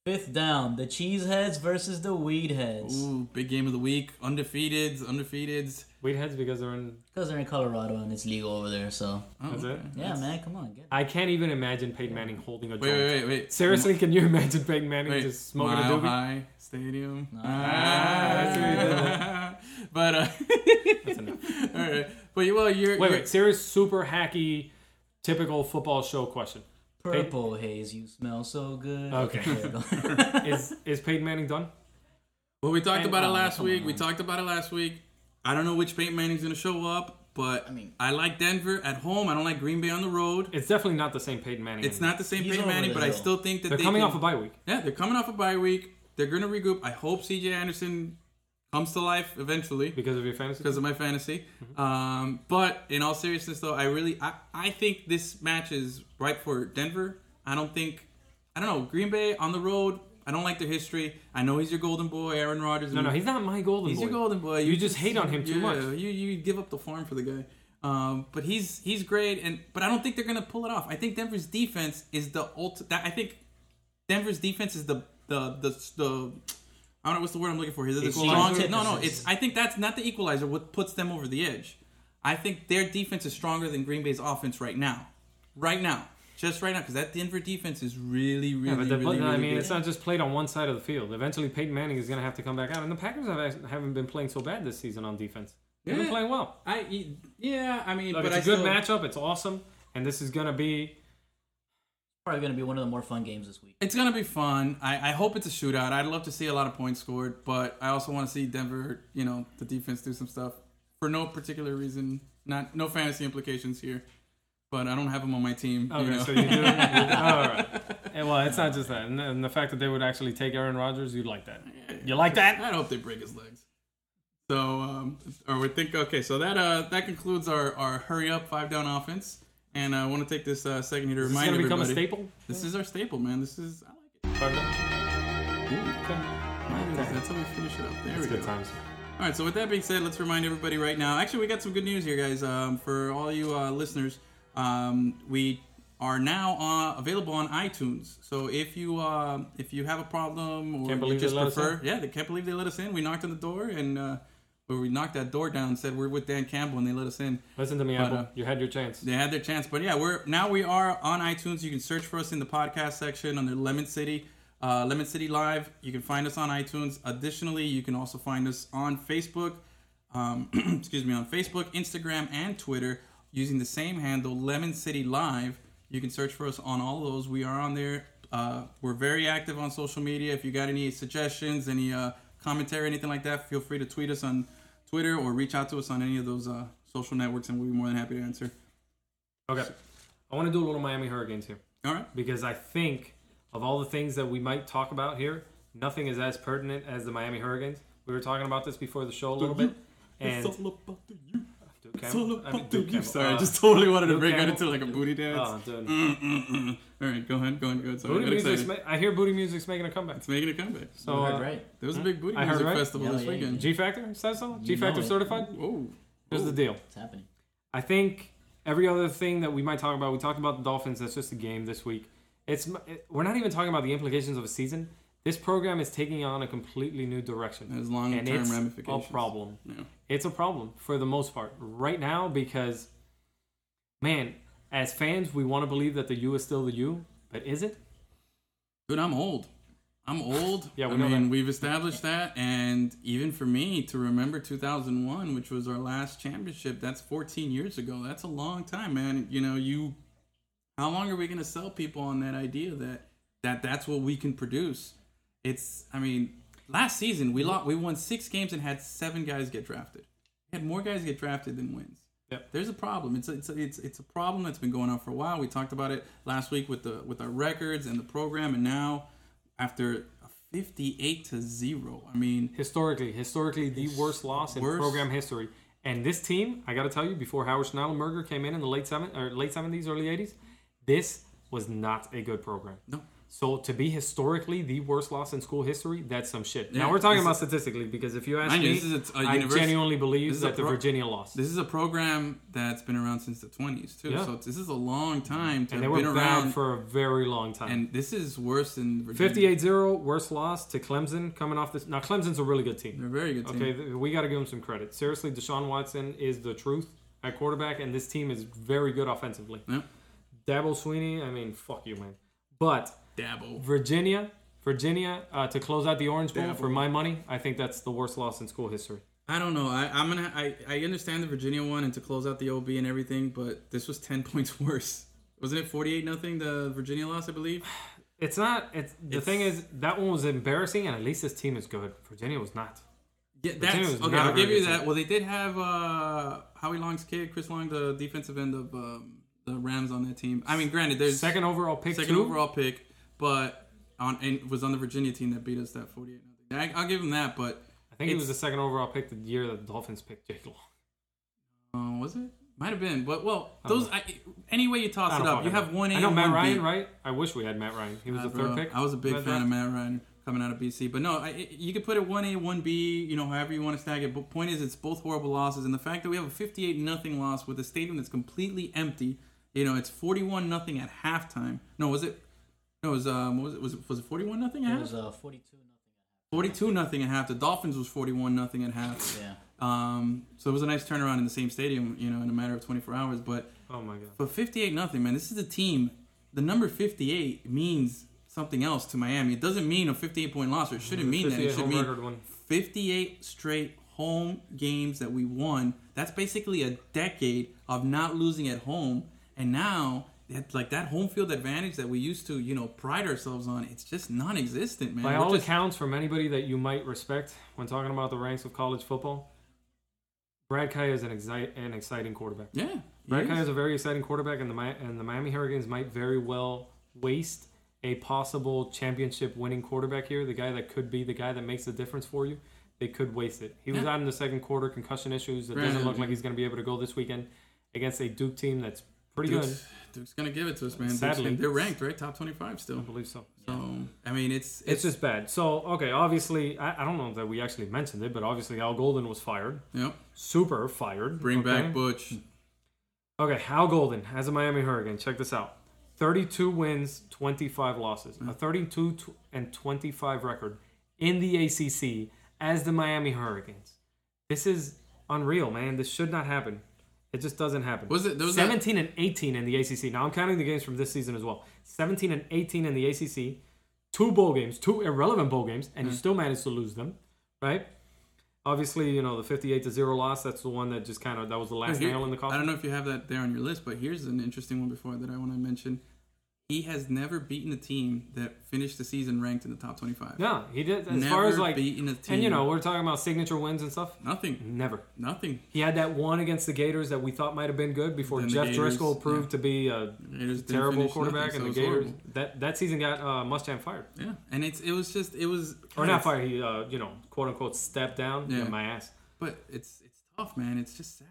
Fifth down. The Cheeseheads versus the Weedheads.
Ooh, big game of the week. Undefeateds, undefeateds.
Weedheads because they're in.
Because they're in Colorado and it's legal over there, so.
Oh,
That's it.
Yeah, man, come on. Get
I can't even imagine Peyton Manning holding a
Wait,
joint.
wait, wait, wait.
Seriously, can you imagine Peyton Manning
Wait,
just smoking
Mile
a doobie?
High Stadium.
that's what you
Ah. but uh,
That's enough.
all right. But well, you're,
Wait,
you're
wait. Serious, super hacky, typical football show question.
purple haze. You smell so good.
Okay.
there you go.
Is is Peyton Manning done?
well. We talked about it last
come
week.
on.
We talked about it last week. I don't know which Peyton Manning's gonna show up, but I
mean-
like Denver at home. I don't like Green Bay on the road.
It's definitely not the same Peyton Manning.
It's
anymore.
not the same
He's
Peyton
over
Manning,
the
but I
hill.
still think that
They're
they
coming
can-
off a bye week.
Yeah, they're coming off a bye week. They're gonna regroup. I hope CJ Anderson comes to life eventually.
Because of your fantasy?
because of my fantasy. Um, but in all seriousness, though, I really I, I think this match is right for Denver. I don't think I don't know Green Bay on the road. I don't like their history. I know he's your golden boy, Aaron Rodgers.
No, no, he's not my golden
he's
boy.
your golden boy.
You just hate on him too
yeah,
much.
You you give up the farm for the guy. Um, but he's he's great, and but I don't think they're gonna pull it off. I think Denver's defense is the ult. That, I think Denver's defense is the the the the. I don't know what's the word I'm looking for. Is it the
It's
strongest?
stronger.
No, no. It's. I think that's not the equalizer. What puts them over the edge? I think their defense is stronger than Green Bay's offense right now. Right now, just right now, because that Denver defense is really, really,
But the-
really, really
I mean,
good.
it's not just played on one side of the field. Eventually, Peyton Manning is going to have to come back out, and the Packers have, act- haven't been playing so bad this season on defense. They've been
Yeah.
playing well.
I yeah. I mean,
Look,
but
it's a
I
good
still,
matchup. It's awesome, and this is going to be
Probably going to be one of the more fun games this week.
It's gonna be fun. I, I hope it's a shootout. I'd love to see a lot of points scored, but I also want to see Denver, you know, the defense do some stuff for no particular reason. Not no fantasy implications here, but I don't have them on my team. you
Okay,
know?
so you do. All right. And, well, it's not just that, and, and the fact that they would actually take Aaron Rodgers, you'd like that. You like that?
I'd hope they break his legs. So, um, or we think okay. So that uh, that concludes our, our hurry up five down offense. And I want to take this uh, second here to
It's
remind
going to become a
everybody.
staple.
This is our staple, man. This is I like it. That's how we finish it up. There
It's
we go.
good times.
All right, so with that being said, let's remind everybody right now. Actually, we got some good news here, guys. Um, for all you uh, listeners, um, we are now uh, available on iTunes. So if you uh, if you have a problem or
Can't
you
believe they
just
let us in.
prefer, yeah, they can't believe they let us in. We knocked on the door and uh, or we knocked that door down and said we're with Dan Campbell, and they let us in.
Listen to me,
But,
Apple.
uh,
you had your chance.
They had their chance, but yeah, we're now we are on iTunes. You can search for us in the podcast section under Lemon City, uh, Lemon City Live. You can find us on iTunes. Additionally, you can also find us on Facebook. Um, excuse me, on Facebook, Instagram, and Twitter using the same handle, Lemon City Live. You can search for us on all of those. We are on there. Uh, we're very active on social media. If you got any suggestions, any uh, commentary, anything like that, feel free to tweet us on Twitter or reach out to us on any of those uh, social networks, and we'll be more than happy to answer.
Okay. I want to do a little Miami Hurricanes here
All right.
because I think of all the things that we might talk about here, nothing is as pertinent as the Miami Hurricanes. We were talking about this before the show a little bit. And
about the you.
Duke Campbell- I mean, Duke Campbell,
Sorry, I
uh,
just totally wanted to
Luke
break out
Campbell.
into like a booty
oh,
dance.
dude.
Mm-mm-mm. All right, go ahead, go ahead, go ahead. Sorry, I
Booty
got
music's
excited.
ma- I hear booty music's making a comeback.
it's making a comeback.
So
You
uh,
heard right.
There was a big booty
I heard,
music
right?
festival
Yeah,
this
yeah, yeah.
weekend.
G Factor says so. G
know
Factor
it.
certified.
Whoa.
Here's the deal.
It's happening.
I think every other thing that we might talk about, we talked about the Dolphins. That's just a game this week. It's it- we're not even talking about the implications of a season. This program is taking on a completely new direction.
There's long-term
and it's
ramifications.
A problem.
Yeah.
It's a problem for the most part right now because, man, as fans, we want to believe that the U is still the U, but is it?
Dude, I'm old. I'm old.
Yeah, we
I
know
mean,
that.
we've established that, and even for me to remember 2001, which was our last championship, that's 14 years ago. That's a long time, man. You know, you. How long are we gonna sell people on that idea that that that's what we can produce? It's. I mean, last season we lost. We won six games and had seven guys get drafted. We had more guys get drafted than wins.
Yep.
There's a problem. It's a, it's, a, it's it's a problem that's been going on for a while. We talked about it last week with the with our records and the program, and now after a 58 to zero, I mean,
Historically, historically the worst loss in
Worst.
program history. And this team, I got to tell you, before Howard Schnellenberger came in in the late seven or late seventies, early eighties, this was not a good program.
no,
So to be historically the worst loss in school history, that's some shit.
Yeah,
now we're talking
this
about
is-
statistically because if you ask
Mind you,
me,
this is a- a
I
univers-
genuinely
this
believe
is
that
a
the
pro-
Virginia loss.
this is a program that's been around since the 20s too.
Yeah.
So this is a long time to
and they
have
were
been around.
bad for a very long time.
and this is worse than Virginia.
58-0, worst loss to Clemson coming off this. Now Clemson's a really good team.
They're a very good team.
Okay, th- we got to give him some credit. Seriously, Deshaun Watson is the truth at quarterback, and this team is very good offensively.
Yeah.
Dabble Sweeney, I mean, fuck you, man. But
Dabble.
Virginia, Virginia, uh, to close out the Orange Bowl,
Dabble.
for my money, I think that's the worst loss in school history.
I don't know. I, I'm gonna. I, I understand the Virginia one and to close out the OB and everything, but this was 10 points worse. Wasn't it 48 nothing the Virginia loss? I believe.
It's not. It's the
It's-
thing is that one was embarrassing, and at least this team is good. Virginia was not.
Yeah,
Virginia
that's
was
okay.
not a
I'll
very
give you
good
that.
team.
Well, they did have uh, Howie Long's kid, Chris Long, the defensive end of um, the Rams on that team. I mean, granted, there's
Second overall pick.
second
two.
overall pick, but on and was on the Virginia team that beat us that 48. I, I'll give him that, but
I think it was the
it's-
second overall pick the year that the Dolphins picked Jake Long.
uh, was it? Might have been, but well,
don't
those. I, any way you toss
I
it
don't
up, you
fucking know.
have one A.
I know
and
Matt
one
Ryan,
B.
right? I wish we had Matt Ryan. He was
Ah,
the third
bro,
pick.
I was a big
Red
fan
draft.
of Matt Ryan coming out of BC, but no, I, it- you could put it one A, one B, you know, however you want to stack it. But point is, it's both horrible losses, and the fact that we have a fifty-eight nothing loss with a stadium that's completely empty, you know, it's forty-one nothing at halftime. No, was it? No, it was um, what was it was it, was it forty-one nothing
It
at
was
half?
uh, 42
Forty-two nothing at half. The Dolphins was forty-one nothing at half.
Yeah.
Um, so it was a nice turnaround in the same stadium, you know, in a matter of twenty-four hours. But
Oh my god.
but fifty-eight nothing, man. This is a team. The number fifty-eight means something else to Miami. It doesn't mean a fifty-eight point loss, or it shouldn't mean that.
58
It should
home
mean
record one.
58 straight home games that we won. That's basically a decade of not losing at home. And now, that, like that home field advantage that we used to, you know, pride ourselves on, it's just non-existent, man.
By
We're
all
just-
accounts, from anybody that you might respect when talking about the ranks of college football, Brad Kay is an, exi- an exciting quarterback.
yeah,
Brad
yes.
Kay is a very exciting quarterback, and the Mi- and the Miami Hurricanes might very well waste a possible championship-winning quarterback here. The guy that could be the guy that makes the difference for you, they could waste it. He was
Yeah.
out in the second quarter, concussion issues. It
Right.
doesn't look like he's going to be able to go this weekend against a Duke team that's pretty good.
Duke's, Duke's gonna give it to us, man. Duke's
Sadly.
gonna- they're ranked right top 25 still.
I believe so.
So I mean, it's
It's just bad. So okay, obviously, I, I don't know that we actually mentioned it, but obviously Al Golden was fired,
yep.
super fired.
Bring
okay?
back Butch.
Okay, Hal Golden as a Miami Hurricane. Check this out: 32 wins, 25 losses,
Mm.
a 32 tw- and 25 record in the ACC as the Miami Hurricanes. This is unreal, man. This should not happen. It just doesn't happen.
Was it- there was that-
17 and 18 in the ACC? Now I'm counting the games from this season as well. 17 and 18 in the ACC, two bowl games, two irrelevant bowl games, and
Mm.
you still managed to lose them, right? Obviously, you know the 58 to zero loss. That's the one that just kind of that was the last
Here-
nail in the coffin.
I don't know if you have that there on your list, but here's an interesting one before that I want to mention. He has never beaten a team that finished the season ranked in the top 25.
No, he did. As
Never
far as like,
beaten a
and you
team.
know, we're talking about signature wins and stuff.
Nothing.
Never.
Nothing.
He had that one against the Gators that we thought might have been good before
Then the
Jeff
Gators,
Driscoll proved
yeah.
to be a
Gators didn't
terrible
finish
quarterback,
nothing, so
and the
it was
Gators
horrible.
that that season got uh, Mustang fired
Yeah, and it's it was just it was
or not fired. He uh, you know quote unquote stepped down.
Yeah.
Yeah, my ass.
but it's it's tough, man. It's just sad.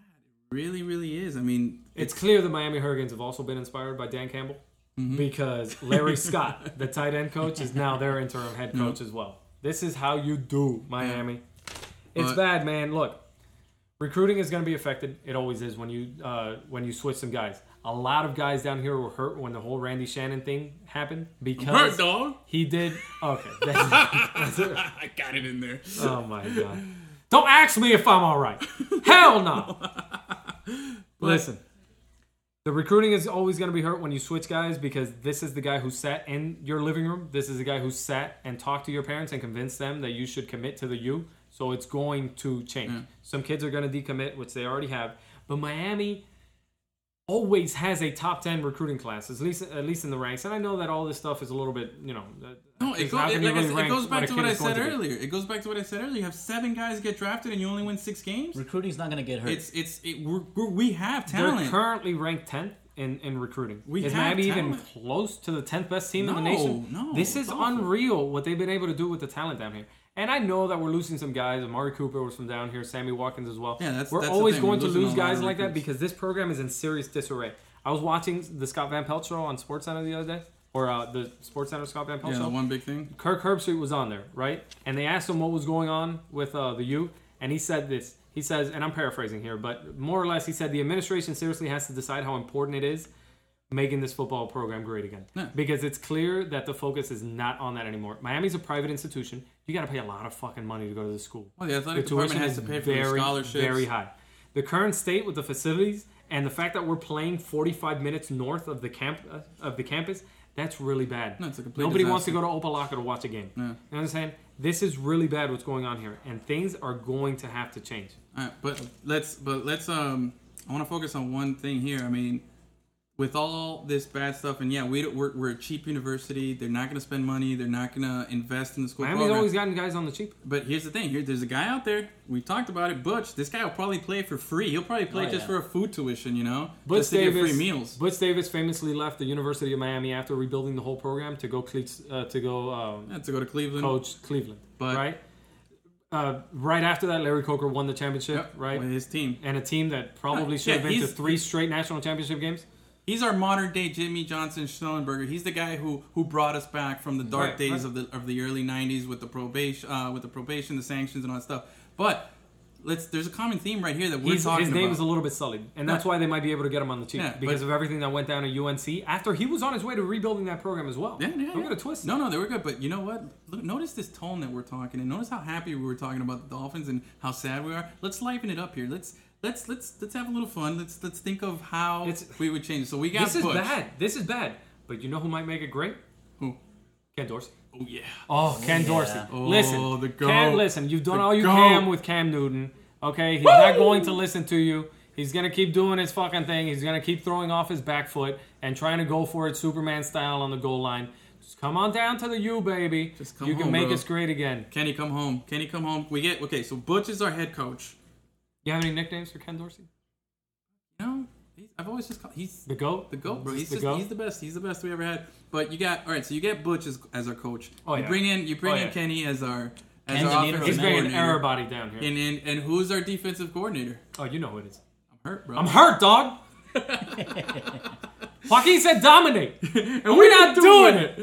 It really, really is. I mean,
It's clear the Miami Hurricanes have also been inspired by Dan Campbell
Mm-hmm.
because Larry Scott, the tight end coach, is now their interim head
Mm-hmm.
coach as well. This is how you do Miami. It's
But-
bad, man. Look, recruiting is going to be affected. It always is when you uh, when you switch some guys. A lot of guys down here were hurt when the whole Randy Shannon thing happened because
hurt dog.
he did. Okay, that's-
I got it in there.
oh my god! Don't ask me if I'm all right. Hell no. Listen, the recruiting is always going to be hurt when you switch guys because this is the guy who sat in your living room. This is the guy who sat and talked to your parents and convinced them that you should commit to the U. So it's going to change. Some kids are going to decommit, which they already have. But Miami always has a top 10 recruiting class, at least, at least in the ranks. And I know that all this stuff is a little bit, you know.
No, it, go,
how
it,
can you
like I
really
said, it
rank
goes
what
back
a
to
kid
what I
is going
said
to be?
earlier. It goes back to what I said earlier. You have seven guys get drafted, and you only win six games.
Recruiting's not going to get hurt.
It's it's it, we're, we're, we have
They're
talent.
currently ranked 10th in, in recruiting.
We
is
have
Miami even
talent.
close to the 10th best team in the
No,
nation?
no,
This
it's
is
awful.
unreal what they've been able to do with the talent down here. And I know that we're losing some guys. Amari Cooper was from down here. Sammy Watkins as well.
Yeah, that's-
we're
that's the
always
thing,
going to
we're losing
lose
a lot
guys
of
like that
recruits.
because this program is in serious disarray. I was watching the Scott Van Pelt show on Sports Center the other day, or uh, the Sports Center Scott Van Pelt
yeah,
show.
the one big thing.
Kirk Herbstreit was on there, right? And they asked him what was going on with uh, the U, and he said this. He says, and I'm paraphrasing here, but more or less, he said the administration seriously has to decide how important it is making this football program great again, because it's clear that the focus is not on that anymore. Miami's a private institution; you got to pay a lot of fucking money to go to the school.
Well, the athletic department has to pay for
very,
the scholarships.
very high. The current state with the facilities and the fact that we're playing 45 minutes north of the camp uh, of the campus, that's really bad.
No, it's a complete
Nobody wants to
disaster.
go to Opalaka to watch a game. You know what I'm saying? This is really bad what's going on here, and things are going to have to change.
All right, but let's but let's um I want to focus on one thing here. I mean, with all this bad stuff, and yeah, we don't- we're, we're a cheap university. They're not going to spend money. They're not going to invest in the school.
Miami's
program.
always gotten guys on the cheap.
But here's the thing: here, there's a guy out there. We talked about it, Butch. This guy will probably play for free. He'll probably play
Oh,
just
yeah.
for a food tuition, you know,
Butch
just to get
Davis,
free meals.
Butch Davis famously left the University of Miami after rebuilding the whole program to go cle- uh, to go um,
Yeah, to go to Cleveland.
coach Cleveland,
But-
right? Uh, right after that, Larry Coker won the championship,
Yep,
right?
With his team.
and a team that probably
Uh, Yeah,
should have been to
he's-
three straight national championship games.
He's our modern day Jimmy Johnson Schnellenberger. He's the guy who who brought us back from the dark
Right,
days
right.
of the of the early '90s with the probation, uh, with the probation, the sanctions, and all that stuff. But let's. There's a common theme right here that we're
He's,
talking
his name
about.
is a little bit sullied, and that's why they might be able to get him on the team
Yeah,
because
but-
of everything that went down at UNC after he was on his way to rebuilding that program as well.
Yeah, yeah,
I'm
yeah.
gonna twist.
No, no, they were good, but you know what? Look, notice this tone that we're talking, and notice how happy we were talking about the Dolphins and how sad we are. Let's liven it up here. Let's let's let's let's have a little fun. Let's let's think of how
It's-
we would change. So we got
this is
Bush.
bad. This is bad. But you know who might make it great?
Who?
Ken Dorsey.
Oh yeah.
Oh, Ken Dorsey. Listen,
Oh, the
Ken,
goat.
listen, you've done
The
all you
goat.
can with Cam Newton. Okay, he's not going to listen to you. He's gonna keep doing his fucking thing. He's gonna keep throwing off his back foot and trying to go for it Superman style on the goal line. Just come on down to the U, baby.
Just come
you can
home,
make
bro.
us great again.
Can he come home? Can he come home? We get okay. So Butch is our head coach.
You have any nicknames for Ken Dorsey?
You know, he's, I've always just called he's
The goat.
The goat, bro.
Is
He's,
this
just,
the goat?
he's the best. He's the best we ever had. But you got all right. So you get Butch as, as our coach.
Oh,
you
yeah.
bring in you bring
Oh,
in
yeah.
Kenny as our as
Ken's the
our
leader of
offensive
He's
the
bringing
coordinator.
everybody down here.
And, and and who's our defensive coordinator?
oh, you know who it is.
I'm hurt, bro.
I'm hurt, dog. Joaquin said dominate, and we're not doing it.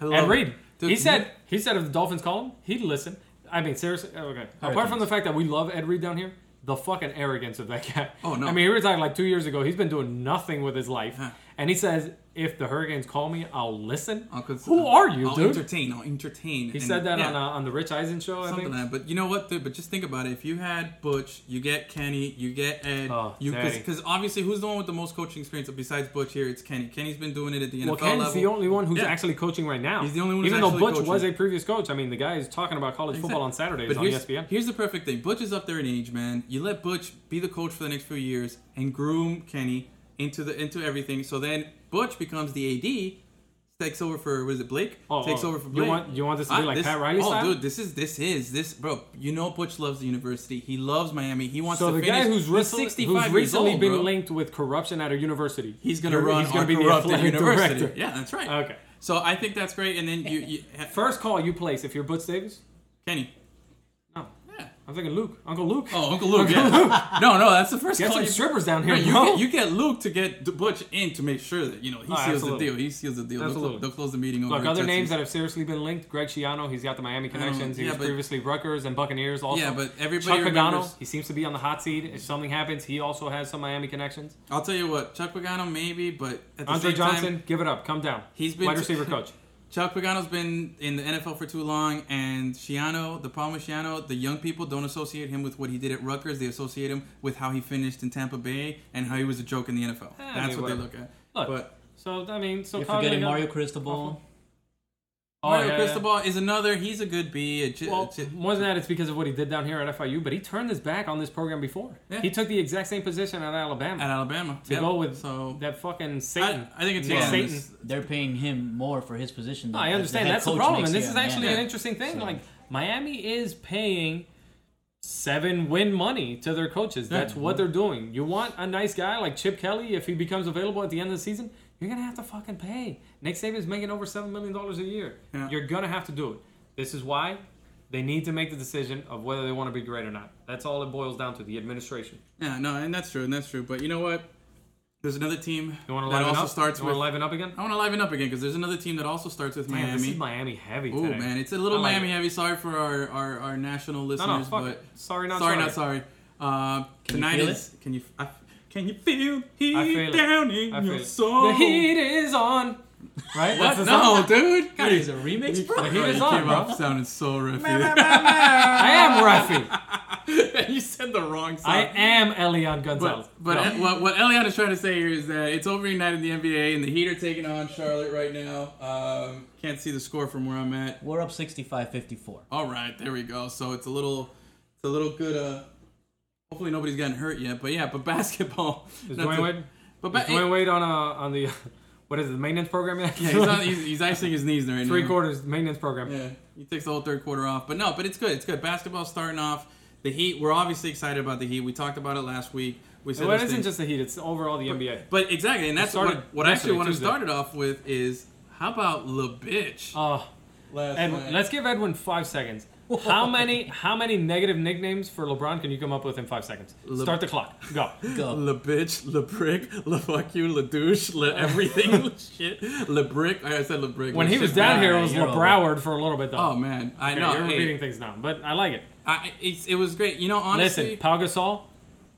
I
And
love it.
Reed,
Um, Dude,
he said he said if the Dolphins call him, he'd listen. I mean, seriously, okay. Apart from the fact that we love Ed Reed down here, the fucking arrogance of that guy.
Oh, no.
I mean, he retired like two years ago. He's been doing nothing with his life,
Huh.
and he says if the Hurricanes call me, I'll listen.
I'll cons-
Who are you,
I'll
dude?
entertain. I'll entertain.
he said that on uh, on the Rich Eisen show. I
something
think.
like that. But you know what? Dude, but just think about it. If you had Butch, you get Kenny, you get Ed,
Oh,
you
Daddy.
because obviously who's the one with the most coaching experience besides Butch here? It's Kenny. Kenny's been doing it at the NFL
Well, Ken's
level.
the only one who's
Yeah.
actually coaching right now.
He's the only one who's
Even though
actually
Butch
coaching.
was a previous coach, I mean, the guy is talking about college football on Saturdays
But
on E
here's,
ESPN.
Here's the perfect thing. Butch is up there in age, man. You let Butch be the coach for the next few years and groom Kenny into the into everything. So then Butch becomes the AD, takes over for what is it, Blake?
Oh,
takes
oh,
over for
you
Blake.
want- you want this to be like
this-
Pat Riley
Oh,
style?
dude, this is this is this bro. You know Butch loves the university. He loves Miami. He wants
So
to
the
finish.
guy who's,
He's
recently-
65
who's
years
recently
old,
been
bro.
linked with corruption at a university,
He's gonna
You're-
run
He's gonna
our
be the
corrupted
athletic
university.
director.
Yeah, that's right.
Okay.
So I think that's great. And then you, you
First call you place if you're Butch Davis.
Kenny.
No,
Yeah.
I'm thinking Luke, Uncle Luke.
Oh, Uncle Luke. Yeah. no, no, that's the first
Get
call.
some
you-
strippers down here,
Right, you,
bro.
get, you get Luke to get D- Butch in to make sure that you know he
Oh,
seals
absolutely.
the deal. He seals the deal. They'll,
Absolutely.
clo- they'll close the meeting over.
Look,
in
other
Texas.
names that have seriously been linked: Greg Sciano, he's got the Miami connections. he
Um, yeah,
was
but-
previously Rutgers and Buccaneers. Also,
Yeah, but everybody
Chuck Pagano,
remembers-
he seems to be on the hot seat. If something happens, he also has some Miami connections.
I'll tell you what, Chuck Pagano maybe, but at the
Andre
same
Johnson,
time,
give it up, come down.
He's been-
wide receiver coach.
Chuck Pagano's been in the NFL for too long, and Shiano. The problem with Shiano, the young people don't associate him with what he did at Rutgers. They associate him with how he finished in Tampa Bay and how he was a joke in the NFL.
I
That's
mean,
what they
whatever.
look at.
Eh, Look,
But
so I mean, so
You're
Colin
forgetting
Gunn-
Mario Cristobal.
Oh,
Mario
yeah, yeah.
Cristobal is another. He's a good B. A, j-
Well,
j-
more than that, it's because of what he did down here at FIU. But he turned his back on this program before.
Yeah.
He took the exact same position at Alabama
at Alabama
to
Yep.
go with
So
that fucking
I,
Satan.
I think it's
Nick
yeah,
Satan.
They're paying him more for his position. Than
I
as the
understand.
head
That's the
coach
problem.
next
And this
year,
is actually
yeah.
an interesting thing. Like, Miami is paying seven win money to their coaches. That's what they're doing. You want a nice guy like Chip Kelly, if he becomes available at the end of the season, you're going to have to fucking pay. Nick Saban's making over $7 million a year.
Yeah.
You're going to have to do it. This is why they need to make the decision of whether they want to be great or not. That's all it boils down to the administration.
Yeah, no, and that's true, and that's true. But you know what? There's another team
You want to
that
liven
also
up?
starts
you
with.
want to liven up again?
I want to liven up again because there's another team that also starts with
Man, this is
Miami.
Miami heavy
Oh
today.
man, it's a little
I like
Miami
it.
heavy. Sorry for our our, our national
No,
listeners,
no, fuck
but
it. Sorry, not
sorry,
sorry.
not sorry. Uh,
you
tonight
feel
is can you I, can you feel heat
I feel it.
down in
I
your
feel it.
soul?
The heat is on. Right? That's the
What?
song.
No, dude.
God, it's a remix, bro.
The heat
You
is
came
on, bro.
up sounding so riffy.
I am Rafi.
you said the wrong song.
I am Elian Gonzalez.
But, but
No.
what, what Elliot is trying to say here is that it's opening night in the NBA, and the Heat are taking on Charlotte right now. Um, can't see the score from where I'm at.
We're up 65-54.
All right, there we go. So it's a little, it's a little good. Uh, hopefully nobody's gotten hurt yet. But yeah, but basketball.
is
not
Dwayne
to-
Wade? Is
But ba-
Dwayne Wade on, uh, on the, what is it, the maintenance program? Yeah,
yeah, he's, on, he's, he's icing his knees right
Three
now.
quarters maintenance program.
Yeah, he takes the whole third quarter off. But no, but it's good. It's good. Basketball starting off. The Heat. We're obviously excited about the Heat. We talked about it last week. We said
Well, it
this
isn't
thing-
just the heat. It's overall the NBA.
But exactly, and that's
started
what, what I
yesterday,
actually want
Tuesday.
to start it off with is how about La Bitch?
Oh,
Last
Edwin, let's give Edwin five seconds. How many how many negative nicknames for LeBron can you come up with in five seconds? Start the clock. Go.
Go.
Le bitch, le brick, le fuck you, le douche, le everything, le shit, le brick. I said le brick.
When
le
he
shit.
was down here, it was
You're over.
LeBroward for a little bit though.
Oh man, I
Okay,
know.
you're
Hey,
repeating things now, but I like it.
I, it's, it was great. You know, honestly,
Listen, Pau Gasol,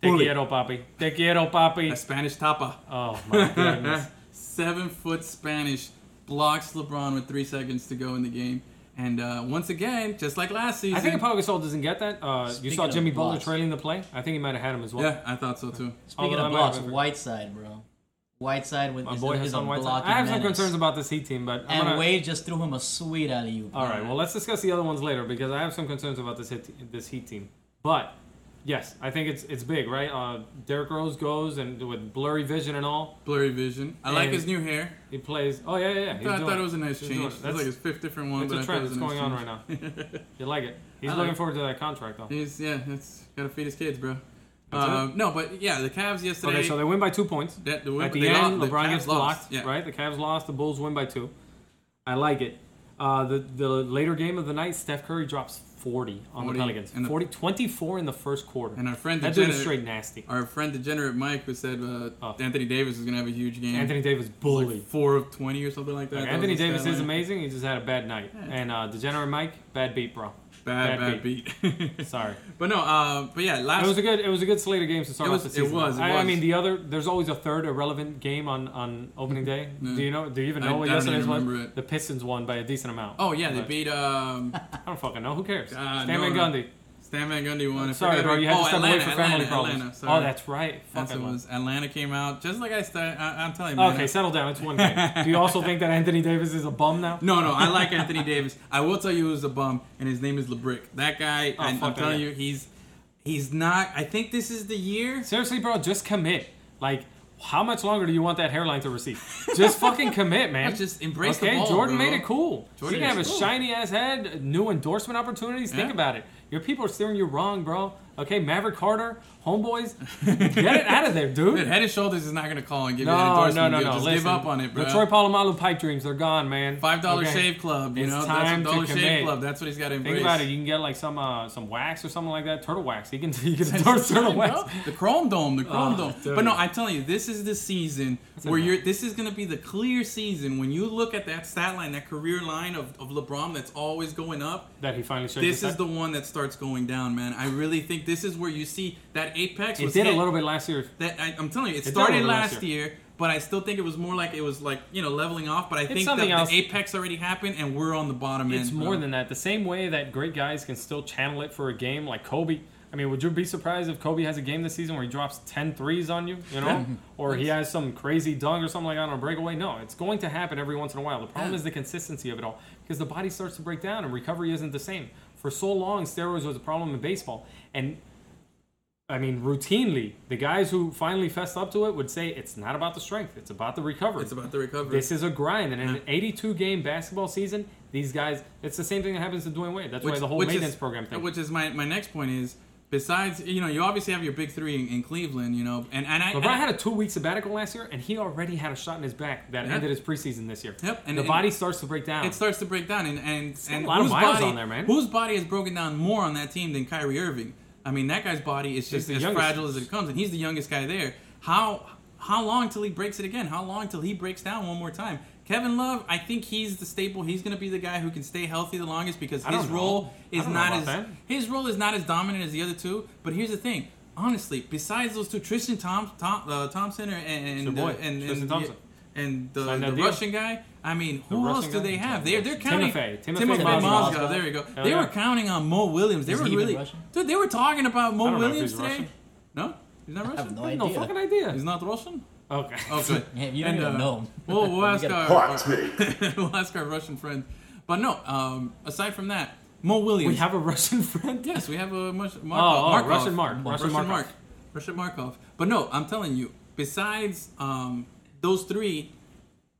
te quiero papi, te quiero papi.
a Spanish tapa,
Oh my goodness.
seven foot Spanish, blocks LeBron with three seconds to go in the game, and uh, once again, just like last season,
I think if Pau Gasol doesn't get that, uh, you
Speaking
saw
of
Jimmy Butler
blocks.
trailing the play. I think he might have had him as well.
yeah, I thought so too.
Speaking
Although I
of
might
blocks,
have-
Whiteside, bro. Whiteside with
My
is,
boy
is a
Hassan Whiteside.
blocking
I have some
menace.
concerns about this Heat team, but I'm
And
gonna-
Wade just threw him a sweet alley oop.
All right. Well, let's discuss the other ones later because I have some concerns about this hit, this Heat team. But yes, I think it's it's big, right? Uh, Derrick Rose goes and with blurry vision and all,
Blurry vision. I like
And-
his new hair.
he plays. Oh yeah, yeah, yeah. he's
I
doing
thought it was a nice
He's doing
change.
it.
That's
That's
like his fifth different one.
it's
but
a
I
trend
thought it was
that's
a nice
going on
change.
right now. You like it? He's
I like
looking
it.
forward to that contract though.
He's yeah, that's gotta feed his kids, bro. Uh, no, but yeah, the Cavs yesterday.
Okay, so they win by two points.
that, the win-
At
they
the end,
lost- the
LeBron
Cavs
gets
lost.
blocked.
Yeah.
Right? The Cavs lost. The Bulls win by two. I like it. Uh, the the later game of the night, Steph Curry drops 40 on
40
the Pelicans.
in the-
40, 24 in the first quarter.
And our friend
that dude is
degenerate-
straight nasty.
Our friend degenerate Mike who said uh,
Oh.
Anthony Davis is gonna have a huge game.
Anthony Davis bully.
like four of twenty or something like that.
Like,
That
Anthony
was the
Davis
stat
is
line.
amazing. He just had a bad night. And uh, degenerate Mike, bad beat, bro.
Bad,
Bad
bad beat.
Sorry.
but no, uh, but yeah, last
It was a good. It was a good slate of games to start
It
off
was-
the
it
season.
was, it
I, I
was.
mean, the other. There's always a third irrelevant game on on opening day.
No.
Do you know? Do you even
I-
know what
I don't
yesterday's
even
was?
remember it.
The Pistons won by a decent amount.
oh yeah, they
But
beat um,
I don't fucking know. Who cares?
Uh,
Stan
no,
Van
no.
Gundy.
Stan Van Gundy won. I
Sorry,
forgot
bro.
who-
You had
oh,
to step away
Atlanta,
for
Atlanta,
family problems.
Atlanta, sorry.
oh, that's right. Fuck
That's what it
Atlanta.
was. Atlanta came out just like I started. I, I'm telling you. man,
Okay,
I-
settle down. It's one game. Do you also think that Anthony Davis is a bum now?
No, no, I like Anthony Davis. I will tell you who's a bum, and his name is LeBrick. That guy,
Oh,
I,
fuck
I'm
that
telling
guy.
you, he's he's not. I think this is the year.
Seriously, bro, just commit. Like, how much longer do you want that hairline to receive? Just fucking commit, man.
Just embrace the
okay,
ball,
Jordan
bro.
made it cool. you can
Jordan made
have
it
a
cool.
shiny ass head, new endorsement opportunities. Think
Yeah.
about it. Your people are steering you wrong, bro. Okay, Maverick Carter, homeboys, get it out of there,
Dude,
dude.
Head and Shoulders is not going to call and give you an
No, no,
endorsement.
no,
deal.
no.
Just
Listen,
give up on it, bro.
The Troy Polamalu pipe dreams, they're gone, man.
Five dollar
Okay.
shave club, you
It's time
know.
to
That's a dollar
commit.
shave club. That's what he's got to embrace.
Think about it. You can get like some uh, some wax or something like that. Turtle wax. You can you can endorse
Bro,
turtle wax.
The Chrome Dome, the Chrome
Oh,
Dome.
dude.
But no, I'm telling you, this is the season where
enough.
you're. This is going to be the clear season when you look at that stat line, that career line of, of LeBron that's always going up.
That he finally showed.
This is the one that starts going down, man. I really think this is where you see that apex.
It
was
did a
hit.
little bit last year.
That I, I'm telling you, it,
did a
started
little
last,
last
year. but I still think it was more like it was like you know leveling off. But I think
something
that
else.
the apex already happened, and we're on the bottom end.
It's more
bro.
than that. The same way that great guys can still channel it for a game, like Kobe. I mean, would you be surprised if Kobe has a game this season where he drops 10 threes on you, you know? or he has some crazy dunk or something like that on a breakaway? No, it's going to happen every once in a while. The problem
Yeah.
is the consistency of it all because the body starts to break down and recovery isn't the same. For so long, steroids was a problem in baseball. And I mean, routinely, the guys who finally fessed up to it would say it's not about the strength, it's about the recovery.
It's about the recovery.
This is a grind, and
Mm.
in an 82 game basketball season, these guys. It's the same thing that happens to Dwayne Wade. That's why the whole maintenance
is,
program thing.
Which is my, my next point is besides you know you obviously have your big three in, in Cleveland, you know, and and I
LeBron
and I-
had a two week sabbatical last year, and he already had a shot in his back that
Yeah.
ended his preseason this year.
Yep, and-
the
and-
body starts to break down.
it starts to break down, and and, and
a lot of
whose
miles
body
on there, man.
whose body has broken down more on that team than Kyrie Irving? I mean, that guy's body is just
the
as
youngest.
fragile as it comes, and he's the youngest guy there. How how long till he breaks it again? How long till he breaks down one more time? Kevin Love, I think he's the staple. He's going to be the guy who can stay healthy the longest because
I don't
his
know.
role
I
is
don't know
not
about
as
that.
his role is not as dominant as the other two. But here's the thing. Honestly, besides those two, Tristan Tom, Tom, uh, Thompson and
your
and, uh,
boy,
and,
Tristan
and
Thompson.
the, and the,
Signed that
the
deal.
Russian guy. I mean, who
Russian
else do
guy?
they have? They're they're counting
Timofey. Timofey
Mozgov.
Mozgov. There we go.
Hell
they
yeah.
were counting on Mo Williams. They
Is
were
he even
really
Russian?
dude. They were talking about Mo
don't know if
Williams
he's
today.
Russian.
No, he's not
I have
Russian.
no
I
idea.
have no fucking idea.
he's not Russian.
Okay.
Oh, good.
Yeah, you don't
And,
even
uh,
know.
We'll, we'll ask uh,
gotta-
our, our- we'll ask our Russian friend. But no. Um, aside from that, Mo Williams.
we have a Russian friend.
yes, we have a Mark, Markov,
oh,
Markov.
Russian Mark, Russian
Russian
Markov.
Mark, Russian Markov. But no, I'm telling you. Besides um, those three.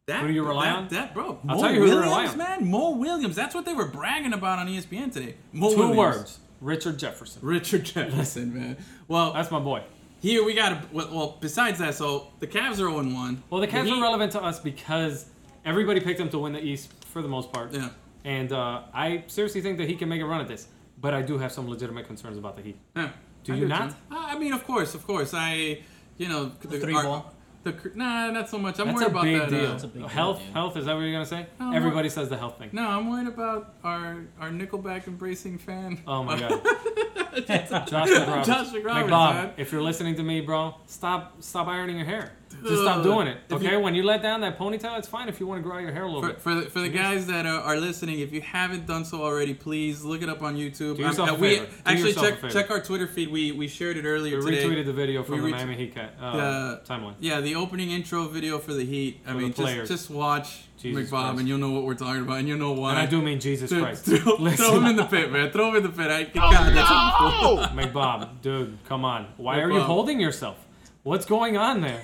That,
Who do you rely
that,
on?
That bro,
I'll
Mo
tell you who to
Williams,
rely on.
man. Mo Williams. That's what they were bragging about on E ESPN today. Mo
Two
Williams.
words: Richard Jefferson.
Richard Jefferson, man. Well,
That's my boy.
here we got. Well, well, besides that, so the Cavs are 0 1.
Well, the Cavs
Heat-
are relevant to us because everybody picked them to win the East for the most part.
Yeah.
And uh, I seriously think that he can make a run at this. but I do have some legitimate concerns about the Heat.
Yeah.
Do
I
you
get
not?
you. Uh, I I mean, of course, of course. I, you know, the
three
our-
ball.
The, cr- nah, not so much. I'm
That's
worried
a
about
big
that.
deal.
uh,
a big deal,
health,
yeah.
health. Is that what you're gonna say?
No, I'm
Everybody says the health thing.
no, I'm worried about our our Nickelback embracing fan.
Oh my god. Josh McRoberts.
Josh McRoberts,
McBob,
man.
if you're listening to me, bro, stop stop ironing your hair. Just stop doing it.
If
Okay?
you-
when you let down that ponytail, it's fine if you want to grow out your hair a little
For,
bit.
for, the, for the guys that are, are listening, if you haven't done so already, please look it up on YouTube.
Do yourself
Um,
a
we-
favor. Do
actually,
yourself a
check
favor.
check our Twitter feed. We we shared it earlier
we
today.
retweeted the video from
we
the
retwe-
Miami Heat cat, uh,
The-
timeline.
Yeah, the opening intro video for the Heat. I
the
mean, just,
players.
just watch
Jesus
McBob,
Christ.
and you'll know what we're talking about, and you'll know why.
And I do mean Jesus
Dude,
Christ.
Throw, throw him
Listen, Oh,
in the pit, man. Throw him in the pit. I, God, that's
McBob, dude, come on. Why are you
McBob.
holding yourself? What's going on there?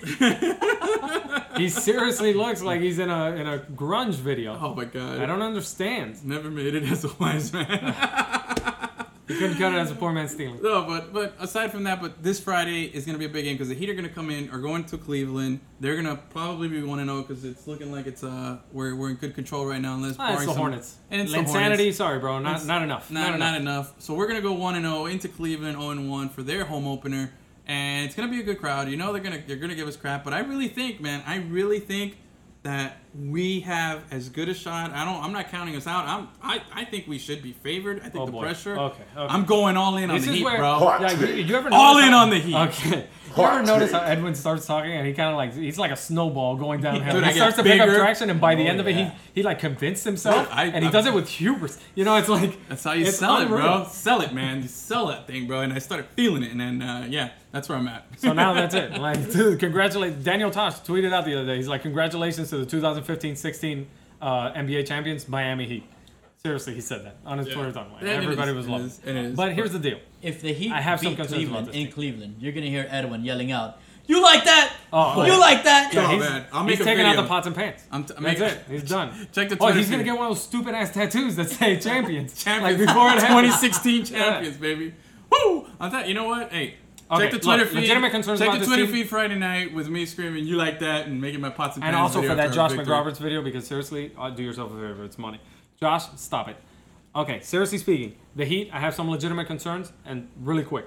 he seriously looks like he's in a in a grunge video.
Oh my god.
I don't understand.
never made it as a wise man.
You couldn't cut it as a poor man stealing.
no, but but aside from that, but this Friday is going to be a big game because the Heat are going to come in, are going to Cleveland. They're going to probably be one and zero because it's looking like it's uh we're, we're in good control right now. Unless
Ah, it's
barring
the
some-
Hornets.
and it's the
Insanity,
Hornets.
sorry, bro. Not, not enough.
Not, not, enough. So we're gonna go one and zero into Cleveland, zero and one for their home opener, and it's gonna be a good crowd. You know they're gonna they're gonna give us crap, but I really think, man, I really think that we have as good a shot. I don't. I'm not counting us out. I'm. I, I think we should be favored. I think
Oh,
the
boy.
pressure.
Okay, okay.
I'm going all in on
This
the
is
Heat,
where,
bro.
Yeah, you, you ever
All
notice
in
how-
on the Heat.
Okay. You ever notice how Edwin starts talking and he kind of like he's like a snowball going downhill.
Dude, I
he
get
starts to pick up
bigger.
traction, and by the end of it,
yeah.
he he like convinced himself,
Dude, I-
and he
I'm-
does it with hubris. You know, it's like
That's how you
it's
sell it, bro.
unreal.
Sell it, man. You sell that thing, bro. And I started feeling it, and then uh, yeah, that's where I'm at.
So now that's it. Like, dude, congratulate. Daniel Tosh tweeted out the other day. He's like, congratulations to the 2015-16 uh, NBA champions, Miami Heat. Seriously, he said that on his Twitter timeline.
And it
Everybody
is,
was
it
loving.
is, it is.
But here's the deal.
If the Heat
I have some
beat
concerns about
Cleveland
this
in
team.
Cleveland, you're gonna hear Edwin yelling out, "You like that?
Oh,
you
yeah.
like that?"
Yeah, Oh,
he's,
man, I'll
he's
make a
taking out
video.
the pots and pans.
I'm t- I'm
That's
making-
it. He's done.
Check the
Oh,
Twitter
he's gonna
feed.
get one of those stupid ass tattoos that say champions.
champions.
Like before it happened.
2016 champions, baby. Woo! I'm th- you know what? Hey,
Okay,
check the Twitter
look,
feed.
legitimate concerns
check
about
the
this
Twitter
team.
feed Friday night with me screaming, "You like that?" and making my pots and
And
pans
also
video
for that
after our
Josh
victory.
McRoberts video because seriously, uh, do yourself a favor. It's money. Josh, stop it. Okay, seriously speaking, the Heat. I have some legitimate concerns, and really quick.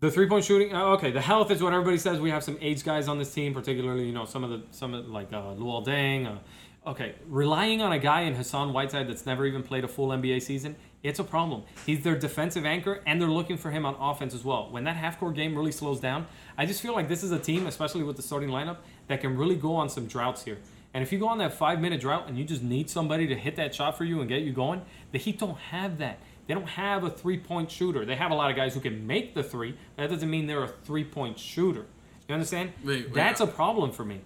The three-point shooting. Uh, okay, the health is what everybody says. We have some aged guys on this team, particularly you know some of the some of, like uh, Luol Deng. Uh, okay, relying on a guy in Hassan Whiteside that's never even played a full NBA season, it's a problem. He's their defensive anchor, and they're looking for him on offense as well. When that half-court game really slows down, I just feel like this is a team, especially with the starting lineup, that can really go on some droughts here. And if you go on that five-minute drought and you just need somebody to hit that shot for you and get you going, the Heat don't have that. They don't have a three point shooter. They have a lot of guys who can make the three. That doesn't mean they're a three point shooter. You understand?
Wait, wait.
That's a problem for me.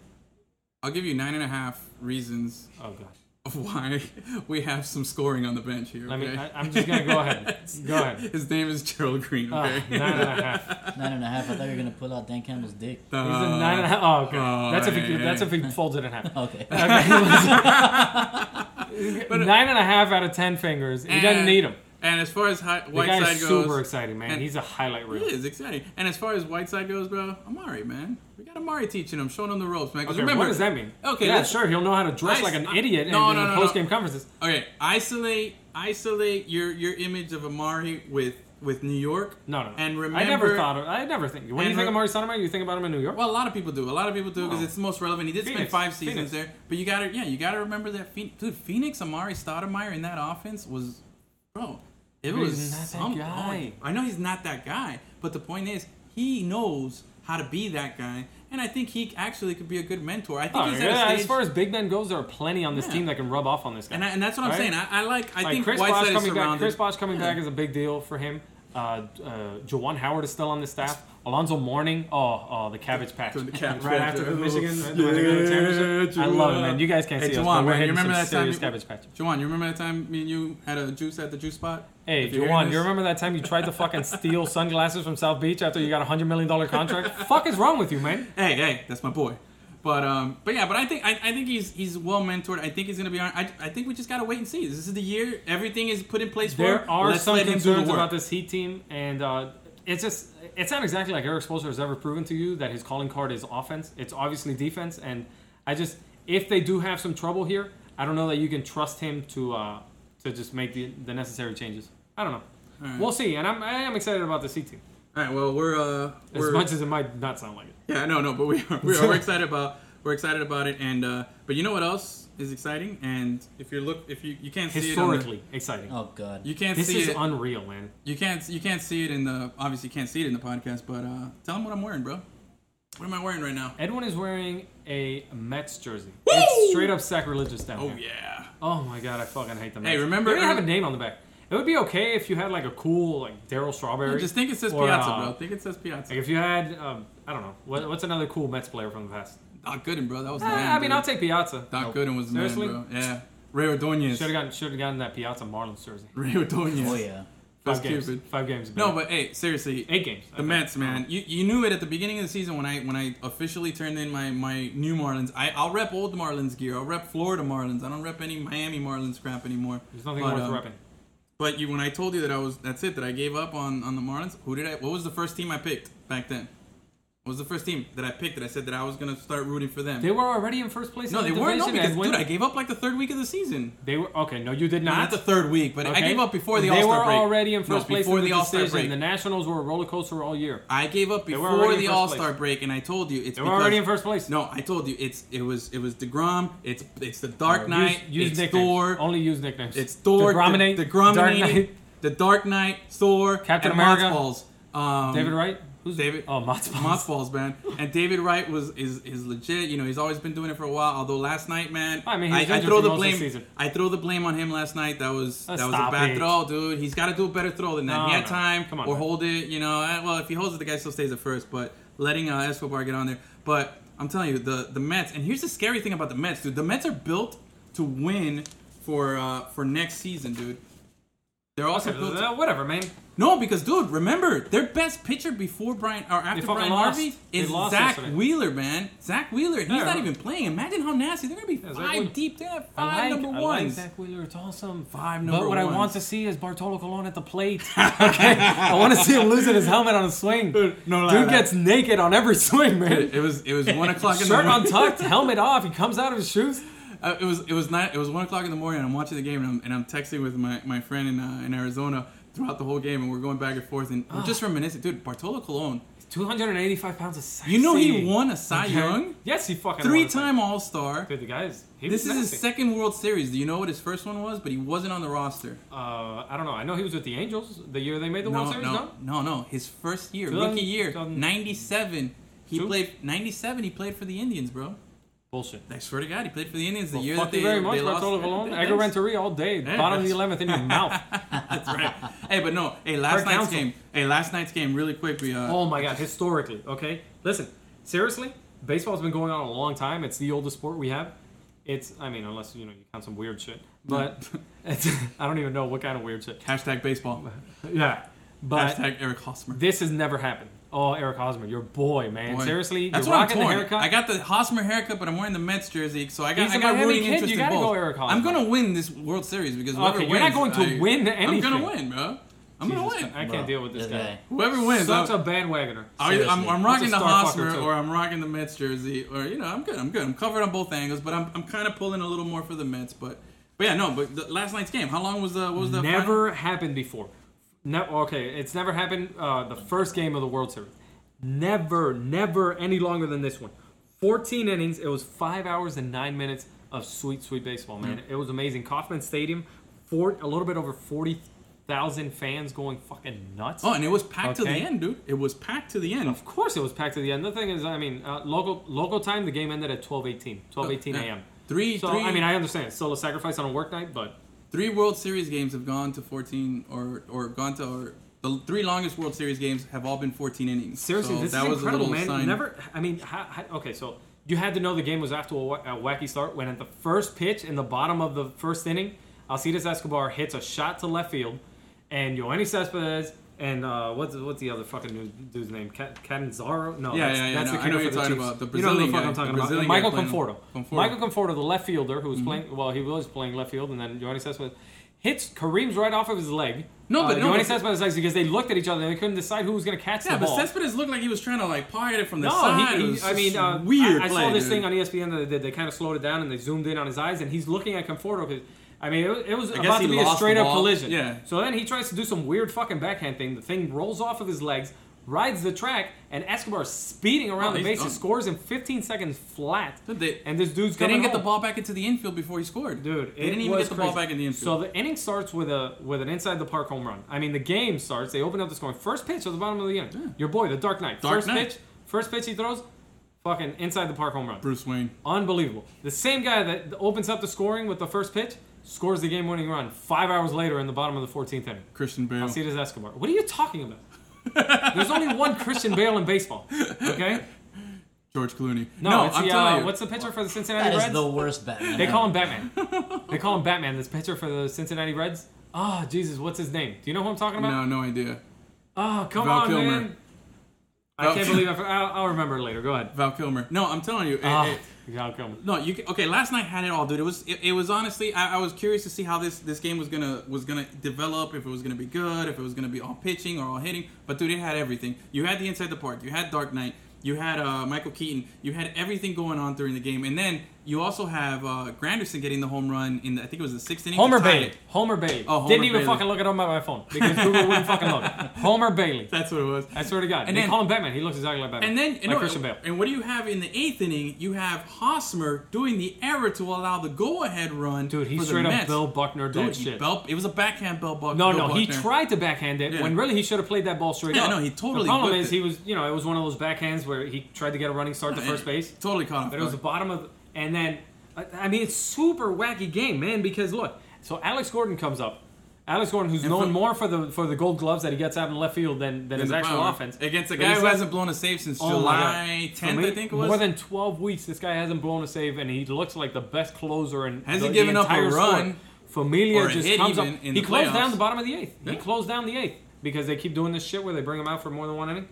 I'll give you nine and a half reasons
Oh god.
of why we have some scoring on the bench here. Okay?
I mean, I, I'm just gonna go ahead. Go ahead.
His name is Gerald Green.
Uh,
Okay.
nine and a half.
Nine and a half. I thought you were gonna pull out Dan Campbell's dick.
He's a
Uh,
nine and a half. Oh god.
oh,
that's if he,
yeah, yeah.
that's if he folds it in half.
Okay.
nine and a half out of ten fingers. He doesn't need them.
And as far as high,
The guy
Whiteside
is
goes,
super exciting, man.
and-
He's a highlight reel.
It is exciting. And as far as Whiteside goes, bro, Amari, man, we got Amari teaching him, showing him the ropes, man. 'Cause
Okay,
remember,
what does that mean?
Okay,
yeah,
let's-
sure. He'll know how to dress
I-
like an
I-
idiot
no,
in,
no,
in
no, no.
post game conferences.
Okay, isolate isolate your your image of Amari with with New York.
No, no, no.
And remember,
I never thought. Of, I never think. When
and
you think
re-
of Maurice Sotomayor, you think about him in New York.
Well, a lot of people do. A lot of people do because
No.
it's the most relevant. He did spend
Phoenix,
five seasons
Phoenix.
there, but you gotta yeah, you gotta remember that. Phoenix, dude, Phoenix Amari Stoudemire in that offense was, bro, it
But
was
he's not that
some- oh,
guy.
I know he's not that guy, but the point is he knows how to be that guy, and I think he actually could be a good mentor. I think
Oh,
he's
yeah,
at a stage.
as far as big men goes, there are plenty on this
Yeah.
team that can rub off on this guy.
and, I, and that's what I'm
Right?
saying. I, I like. I
like
think
Chris Bosh
Whiteside is
coming back.
surrounded.
Chris Bosh coming
Yeah.
back is a big deal for him. Uh, uh, Jawan Howard is still on the staff. Alonzo Mourning, oh, oh, the cabbage patch.
Doing the cabbage
right
patch.
after the
Oh,
Michigan,
yeah,
when they got the championship. I love it, man.
Jawan.
You guys can't
Hey,
see us,
Jawan,
but we're
man,
hitting
you remember
some
that time
serious
you-
cabbage patch.
Jawan, you remember that time me and you had a juice at the juice spot?
Hey,
If you're hearing
Jawan, you
this-
remember that time you tried to fucking steal sunglasses from South Beach after you got a $100 million contract? Fuck is wrong with you, man?
Hey, hey, that's my boy. But um, but yeah, but I think I, I think he's he's well mentored. I think he's gonna be. on- I, I think we just gotta wait and see. This is the year. Everything is put in place for. him.
There are
Let's
some
let him do the
concerns
work.
about this Heat team, and uh, it's just it's not exactly like Eric Spoelstra has ever proven to you that his calling card is offense. It's obviously defense, and I just if they do have some trouble here, I don't know that you can trust him to uh, to just make the, the necessary changes. I don't know. We'll see, and I'm I am excited about the C team
All right. Well, we're uh,
as
we're,
much as it might not sound like it.
Yeah, no, no, but we are, we are we're excited about we're excited about it, and uh, but you know what else is exciting? And if you look, if you you can't see it on the-
Historically exciting.
Oh god.
you can't
This
see
is
it.
unreal, man.
you can't you can't see it in the obviously you can't see it in the podcast, but uh, tell them what I'm wearing, bro. What am I wearing right now?
Edwin is wearing a Mets jersey. It's straight up sacrilegious down
Oh
here.
yeah.
Oh my god, I fucking hate the Mets.
Hey, remember-
they don't have a name on the back. It would be okay if you had like a cool like Daryl Strawberry.
Just think it says
or,
Piazza,
uh,
bro. Think it says
Like
Piazza.
if you had, um, I don't know, what, what's another cool Mets player from the past?
Doc Gooden, bro. That was the
Eh,
man.
I mean,
dude.
I'll take Piazza.
Doc Gooden was the man,
Seriously?
bro. Yeah. Ray Ordonez.
Should have gotten, should have gotten that Piazza Marlins jersey.
Ray Ordonez.
oh yeah.
That's
Five games,
Cupid.
five games.
No,
better.
but hey, seriously,
eight games.
The Mets, man. You, you knew it at the beginning of the season when I when I officially turned in my, my new Marlins. I I'll rep old Marlins gear. I'll rep Florida Marlins. I don't rep any Miami Marlins crap anymore.
There's nothing
But,
worth
um,
repping.
But you when I told you that I was that's it that I gave up on on the Marlins. Who did I? What was the first team I picked back then? What was the first team that I picked that I said that I was gonna start rooting for them?
They were already in first place.
no,
in
they
the
weren't. No,
division
because
and when-
dude, I gave up like the third week of the season.
they were okay. No, you did
Not,
not.
the third week, but I
okay?
gave up before the
They
All Star
were
break.
already in first
no,
place
before
in
the
the,
All Star
decision.
break.
The Nationals were a roller coaster all year.
I gave up
were
before
already in
the
first
All Star
place.
break, and I told you it's
They were already in
because-
first place.
No, I told you it's it was it was Degrom. It's it's the Dark
use,
Knight.
use
it's
nicknames.
Thor.
Only use nicknames.
it's Thor.
Grominate,
The, the Grominate,
Dark Knight,
The Dark Knight. Thor.
Captain
and
America.
Mothballs. Um,
David Wright. Who's
David.
Oh, Mats
Mothballs, man. And David Wright was is is legit. You know, he's always been doing it for a while. Although last night, man,
I mean, he was
I,
injured
throw
for
the
most of the
blame.
season.
I throw the blame on him last night. That was
Oh,
that was a
stop
bad
it.
throw, dude. He's got to do a better throw than that.
No,
he had
no.
time,
Come on,
or
man.
hold it. You know, Eh, well, if he holds it, the guy still stays at first. But letting uh, Escobar get on there, but I'm telling you, the the Mets. And here's the scary thing about the Mets, dude. The Mets are built to win for uh, for next season, dude. They're also built. to-
Uh, whatever, man.
no, because dude, remember their best pitcher before Brian or after
fucking
Brian
lost.
Harvey
They
is
lost
Zach
yesterday.
Wheeler, man. Zach Wheeler, he's
Yeah,
not
right.
even playing. Imagine how nasty they're gonna be.
Zach
five
Wheeler.
deep, they're gonna have
I
five
like,
number
I like
ones.
Zach Wheeler. It's awesome.
Five
but
number
what I want
ones.
to see is Bartolo Colon at the plate. okay, I want to see him losing his helmet on a swing.
no,
Dude
no.
gets naked on every swing, man.
it was it was one o'clock in the
Shirt
morning.
untucked, helmet off. He comes out of his shoes.
Uh, it was it was nine, it was one o'clock in the morning. And I'm watching the game and I'm, and I'm texting with my, my friend in uh, in Arizona throughout the whole game, and we're going back and forth and we're
Ah.
just reminiscing, dude. Bartolo Colon,
285 pounds of sexy.
you know he won a Cy
Okay.
Young,
Yes, he fucking won
three
a Cy
time All Star.
Dude, the guy is. He
This
was
is his
nasty.
second World Series. Do you know what his first one was? But he wasn't on the roster.
Uh, I don't know. I know he was with the Angels the year they made the World
No,
Series.
no,
No,
no, no. His first year,
Two thousand-
rookie year,
two thousand-
ninety-seven. He
Two?
played ninety-seven. He played for the Indians, bro.
bullshit.
I swear to God, he played for the Indians the
Well,
year
fuck
that they,
you very much,
they lost.
Bartolo Colon.
Thanks.
Edgar Renteria all day. bottom of the
that's-
eleventh in your mouth.
That's right. Hey, but no. Hey, last
For
night's
counsel.
game. Hey, last night's game. Really quick, we uh,
Oh my god, historically, okay? Listen, seriously, baseball's been going on a long time. It's the oldest sport we have. It's I mean, unless you know you count some weird shit. But it's, I don't even know what kind of weird shit.
hashtag baseball.
Yeah. But
Hashtag Eric Hosmer.
this has never happened. Oh, Eric Hosmer, your boy, man.
Boy.
Seriously,
that's
you're
what I'm
rocking the
torn.
haircut.
I got the Hosmer haircut, but I'm wearing the Mets jersey, so I got
He's
I
a
got
Miami
rooting
kid.
interest
You
in
gotta
both.
go Eric Hosmer.
I'm gonna win this World Series because whoever
Okay,
wins,
you're not going to
I-
win
I'm
anything.
gonna win, bro. I'm gonna
Jesus
win.
Christ, I can't deal with this guy.
Whoever wins,
Such
I'm-
a bandwagoner.
I- I'm, I'm rocking
Seriously.
That's
the
a star fucker,
Hosmer
too.
or I'm rocking the Mets jersey or you know I'm good I'm good I'm covered on both angles but I'm, I'm kind of pulling a little more for the Mets but but yeah no but the, last night's game how long was the what was the final?
Never happened before. No, okay, it's never happened. Uh, the first game of the World Series, never, never any longer than this one. 14 innings. It was five hours and nine minutes of sweet, sweet baseball,
Mm.
man. It was amazing. Kauffman Stadium, four, a little bit over 40,000 fans going fucking nuts.
oh and it was packed to
Okay.
the end dude it was packed to the end
Of course, it was packed to the end. The thing is, I mean, uh, local local time, the game ended at 12:18, 12:18
Oh, Yeah.
a.m.
Three-
So
three-
I mean, I understand. It's still a sacrifice on a work night, but
three World Series games have gone to 14 or or gone to or the three longest World Series games have all been 14 innings
Seriously,
So
this
that
is
was
incredible,
a
man.
little sign.
Never, I mean, how, how, okay, so you had to know the game was after a, wa- a wacky start when at the first pitch in the bottom of the first inning, Alcides Escobar hits a shot to left field, and Yoani Cespedes and uh, what's what's the other fucking dude- dude's name? Ca- Catanzaro? No,
Yeah,
that's,
yeah, yeah,
that's
no,
the
I
kid
know
for
you're
the
talking
Chiefs.
about. The
you know who the
Brazilian
fuck
guy-
I'm talking
the
about.
Brazilian
Michael
guy playing-
Conforto.
Conforto. Mm-hmm.
Michael Conforto, the left fielder who was playing. Well, he was playing left field, and then Yoani Cespedes hits Kareem's right off of his leg.
No, but
uh,
no,
Yoani
but-
Cespedes' legs because they looked at each other and they couldn't decide who was going to catch
yeah
the
but
ball.
Cespedes looked like he was trying to like pocket it from the
No,
side
he,
It
he-
was
I mean, uh,
weird
I, I
play,
saw this E
dude.
thing on ESPN that they did. They kind of slowed it down and they zoomed in on his eyes, and he's looking at Conforto because I mean, it, was- it was
guess
about
he
to be a
lost
straight
the
up
ball.
collision.
Yeah.
So then he tries to do some weird fucking backhand thing. The thing rolls off of his legs, rides the track, and Escobar is speeding around
Oh,
the
he's
bases,
done.
scores in 15 seconds flat.
Did they-
and this dude's
They
coming
didn't get the
home.
ball back into the infield before he scored.
Dude,
they
it
didn't even
was
get the ball
crazy.
back in the
So
infield.
the inning starts with a with an inside the park home run. I mean, the game starts. They open up the scoring. First pitch at the bottom of the inning. Your boy, the Dark Knight.
Dark
first
Knight.
pitch. First pitch he throws. Fucking inside the park home run.
Bruce Wayne.
Oh, Unbelievable. The same guy that opens up the scoring with the first pitch scores the game winning run five hours later in the bottom of the 14th inning.
Christian Bale.
Alcides Escobar. What are you talking about? There's only one Christian Bale in baseball. Okay?
George Clooney.
No,
No,
it's
I'm
the,
telling
uh,
you.
what's the pitcher for the Cincinnati
That
Reds?
is the worst Batman.
They
ever.
call him Batman. they call him Batman. This pitcher for the Cincinnati Reds. Ah, Jesus, what's his name? Do you know who I'm talking about?
no, no idea.
Oh, come
Val
on,
Kilmer.
man. I
Val-
can't believe I. for- I'll, I'll remember it later. Go ahead.
Val Kilmer. No, I'm telling you. it-
Ah,
it-
Val Kilmer.
no, you ca- okay? Last night had it all, dude. It was it, it was honestly. I, I was curious to see how this this game was gonna was gonna develop. If it was gonna be good. If it was gonna be all pitching or all hitting. But dude, it had everything. You had the inside the park. You had Dark Knight. You had uh, Michael Keaton. You had everything going on during the game. And then you also have uh, Granderson getting the home run in. The, I think it was the sixth inning. to
Homer
tie
Bailey.
it.
Homer Bailey.
Oh, Homer
Didn't even
Bailey.
fucking look it up on my phone because Google wouldn't fucking look. Homer Bailey.
That's what it was.
I swear to God.
And
they
then-
call him Batman. He looks exactly like Batman.
And then and,
like
no,
Christian Bale.
and what do you have in the eighth inning? You have Hosmer doing the error to allow the go-ahead run.
Dude, he
for the
straight up
Mets.
Bill Buckner
Dude,
that
he
shit.
Bell, it was a backhand Bell Buck.
No,
Bill
no, he
Buckner.
tried to backhand it
Yeah.
when really he should have played that ball straight
Yeah,
up.
no, he totally
The problem
whipped
is
it.
he was, you know, it was one of those backhands where he tried to get a running start to
And
first base,
Totally caught
but it was the
him.
bottom of, and then, I- I mean, it's super wacky game, man. Because look, so Alex Gordon comes up, Alex Gordon, who's
And
known
for-
more for the for the Gold Gloves that he gets out in left field than than his actual offense
against a
But
guy
he's
who
got-
hasn't blown a save since
Oh my God.
July
For
10th,
me,
I think it was.
More than 12 weeks, this guy hasn't blown a save, and he looks like the best closer in
Hasn't
the, the
given up a
entire sport.
run
Familia
or a
just
hit
comes
even
up.
in
He
the
closed
playoffs.
down the bottom of the eighth. He
Yeah.
closed down the eighth because they keep doing this shit where they bring him out for more than one inning.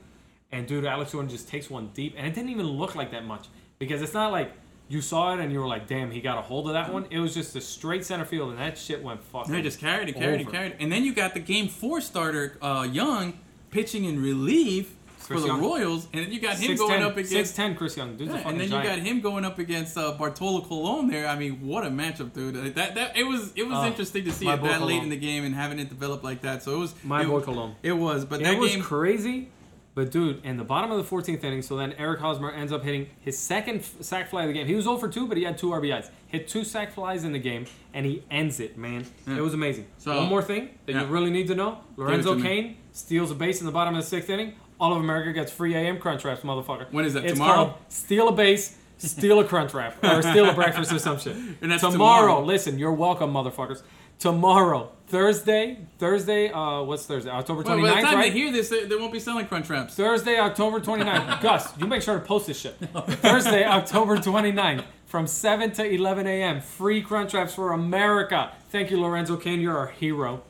And dude, Alex Gordon just takes one deep, and it didn't even look like that much because it's not like you saw it and you were like, "Damn, he got a hold of that one." It was just a straight center field, and that shit went fucking.
No, he just carried it, carried
over.
it, carried it. And then you got the game four starter, uh, Young, pitching in relief for
Chris
the
Young.
Royals. And then you got him
6'10",
going up against
6'10", Chris Young, dude's a
Yeah,
fucking
and then you
giant.
got him going up against uh, Bartolo Colon there. I mean, what a matchup, dude! Like, That that it was it was
Oh,
interesting to see
my
it
boy
that late
Colon.
in the game and having it develop like that. So it was
My
it,
boy Colon.
It was, but
It
that
was
game
crazy. But dude, in the bottom of the 14th inning, so then Eric Hosmer ends up hitting his second f- sack fly of the game. He was 0 for 2, but he had two RBIs. Hit two sack flies in the game, and he ends it, man. It was amazing.
So-
One more thing that you
Yeah.
really need to know:
to
Lorenzo
me.
Kane steals a base in the bottom of the sixth inning. All of America gets free AM crunch wraps, motherfucker.
When is that,
It's
tomorrow?
called steal a base, steal a crunch wrap, or steal a breakfast or some shit.
And that's tomorrow.
Listen, you're welcome, motherfuckers. Tomorrow, Thursday, Thursday. Uh, what's Thursday? October 29th,
Well, by the time
right?
they hear this, they, they won't be selling crunch wraps.
Thursday, October 29th. Gus, you make sure to post this shit. Thursday, October 29th from 7 to 11 a.m. Free Crunch Wraps for America. Thank you, Lorenzo Kane. You're our hero.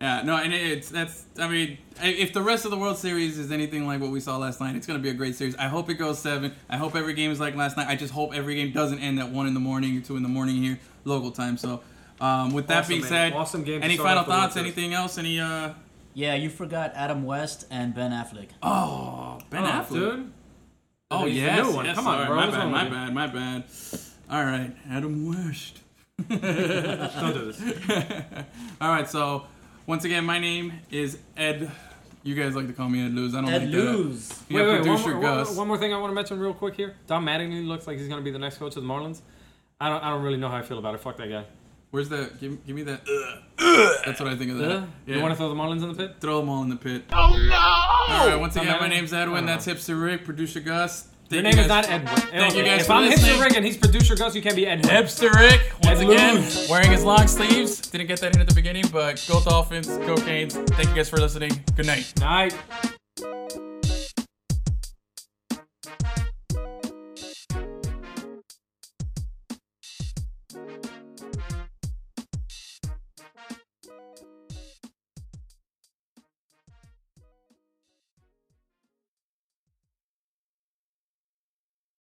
Yeah, no, and it's that's. I mean, i- if the rest of the World Series is anything like what we saw last night, it's going to be a great series. I hope it goes seven. I hope every game is like last night. I just hope every game doesn't end at one in the morning or two in the morning here local time. So. Um, with that
Awesome,
being
man.
said,
Awesome game to
any
start
final
off the World
thoughts?
Series.
Anything else? Any uh?
Yeah, you forgot Adam West and Ben Affleck.
Oh, Ben
Oh,
Affleck.
dude.
Oh
He's the
yes,
new one.
yes,
Come on,
sorry,
bro.
My
What's
bad,
wrong
my
with
bad, my bad. All right, Adam West.
Don't do this.
All right, so once again, my name is Ed. You guys like to call me Ed Luz. I don't
Ed
like that up.
Luz.
Yeah,
wait, wait, one
producer
more,
Gus.
one, one more thing I want to mention real quick here. Don Mattingly looks like he's going to be the next coach of the Marlins. I don't, I don't really know how I feel about it. Fuck that guy.
Where's the? Give, give me that. That's what I think of that.
Uh, You
Yeah.
want to throw the Marlins in the pit?
throw them all in the pit. Oh no! All right, once again, my name's Edwin. That's Hipster Rick, producer Gus. Thank
Your
you
name is
guys-
not Edwin.
Thank you guys
If
for
I'm
listening.
Hipster Rick and he's producer Gus, you can't be Ed Hipster.
Hipster Rick, once
Ed
again,
Luz.
wearing his long sleeves. Didn't get that in at the beginning, but go Dolphins, go Canes. Thank you guys for listening. Good night.
Night.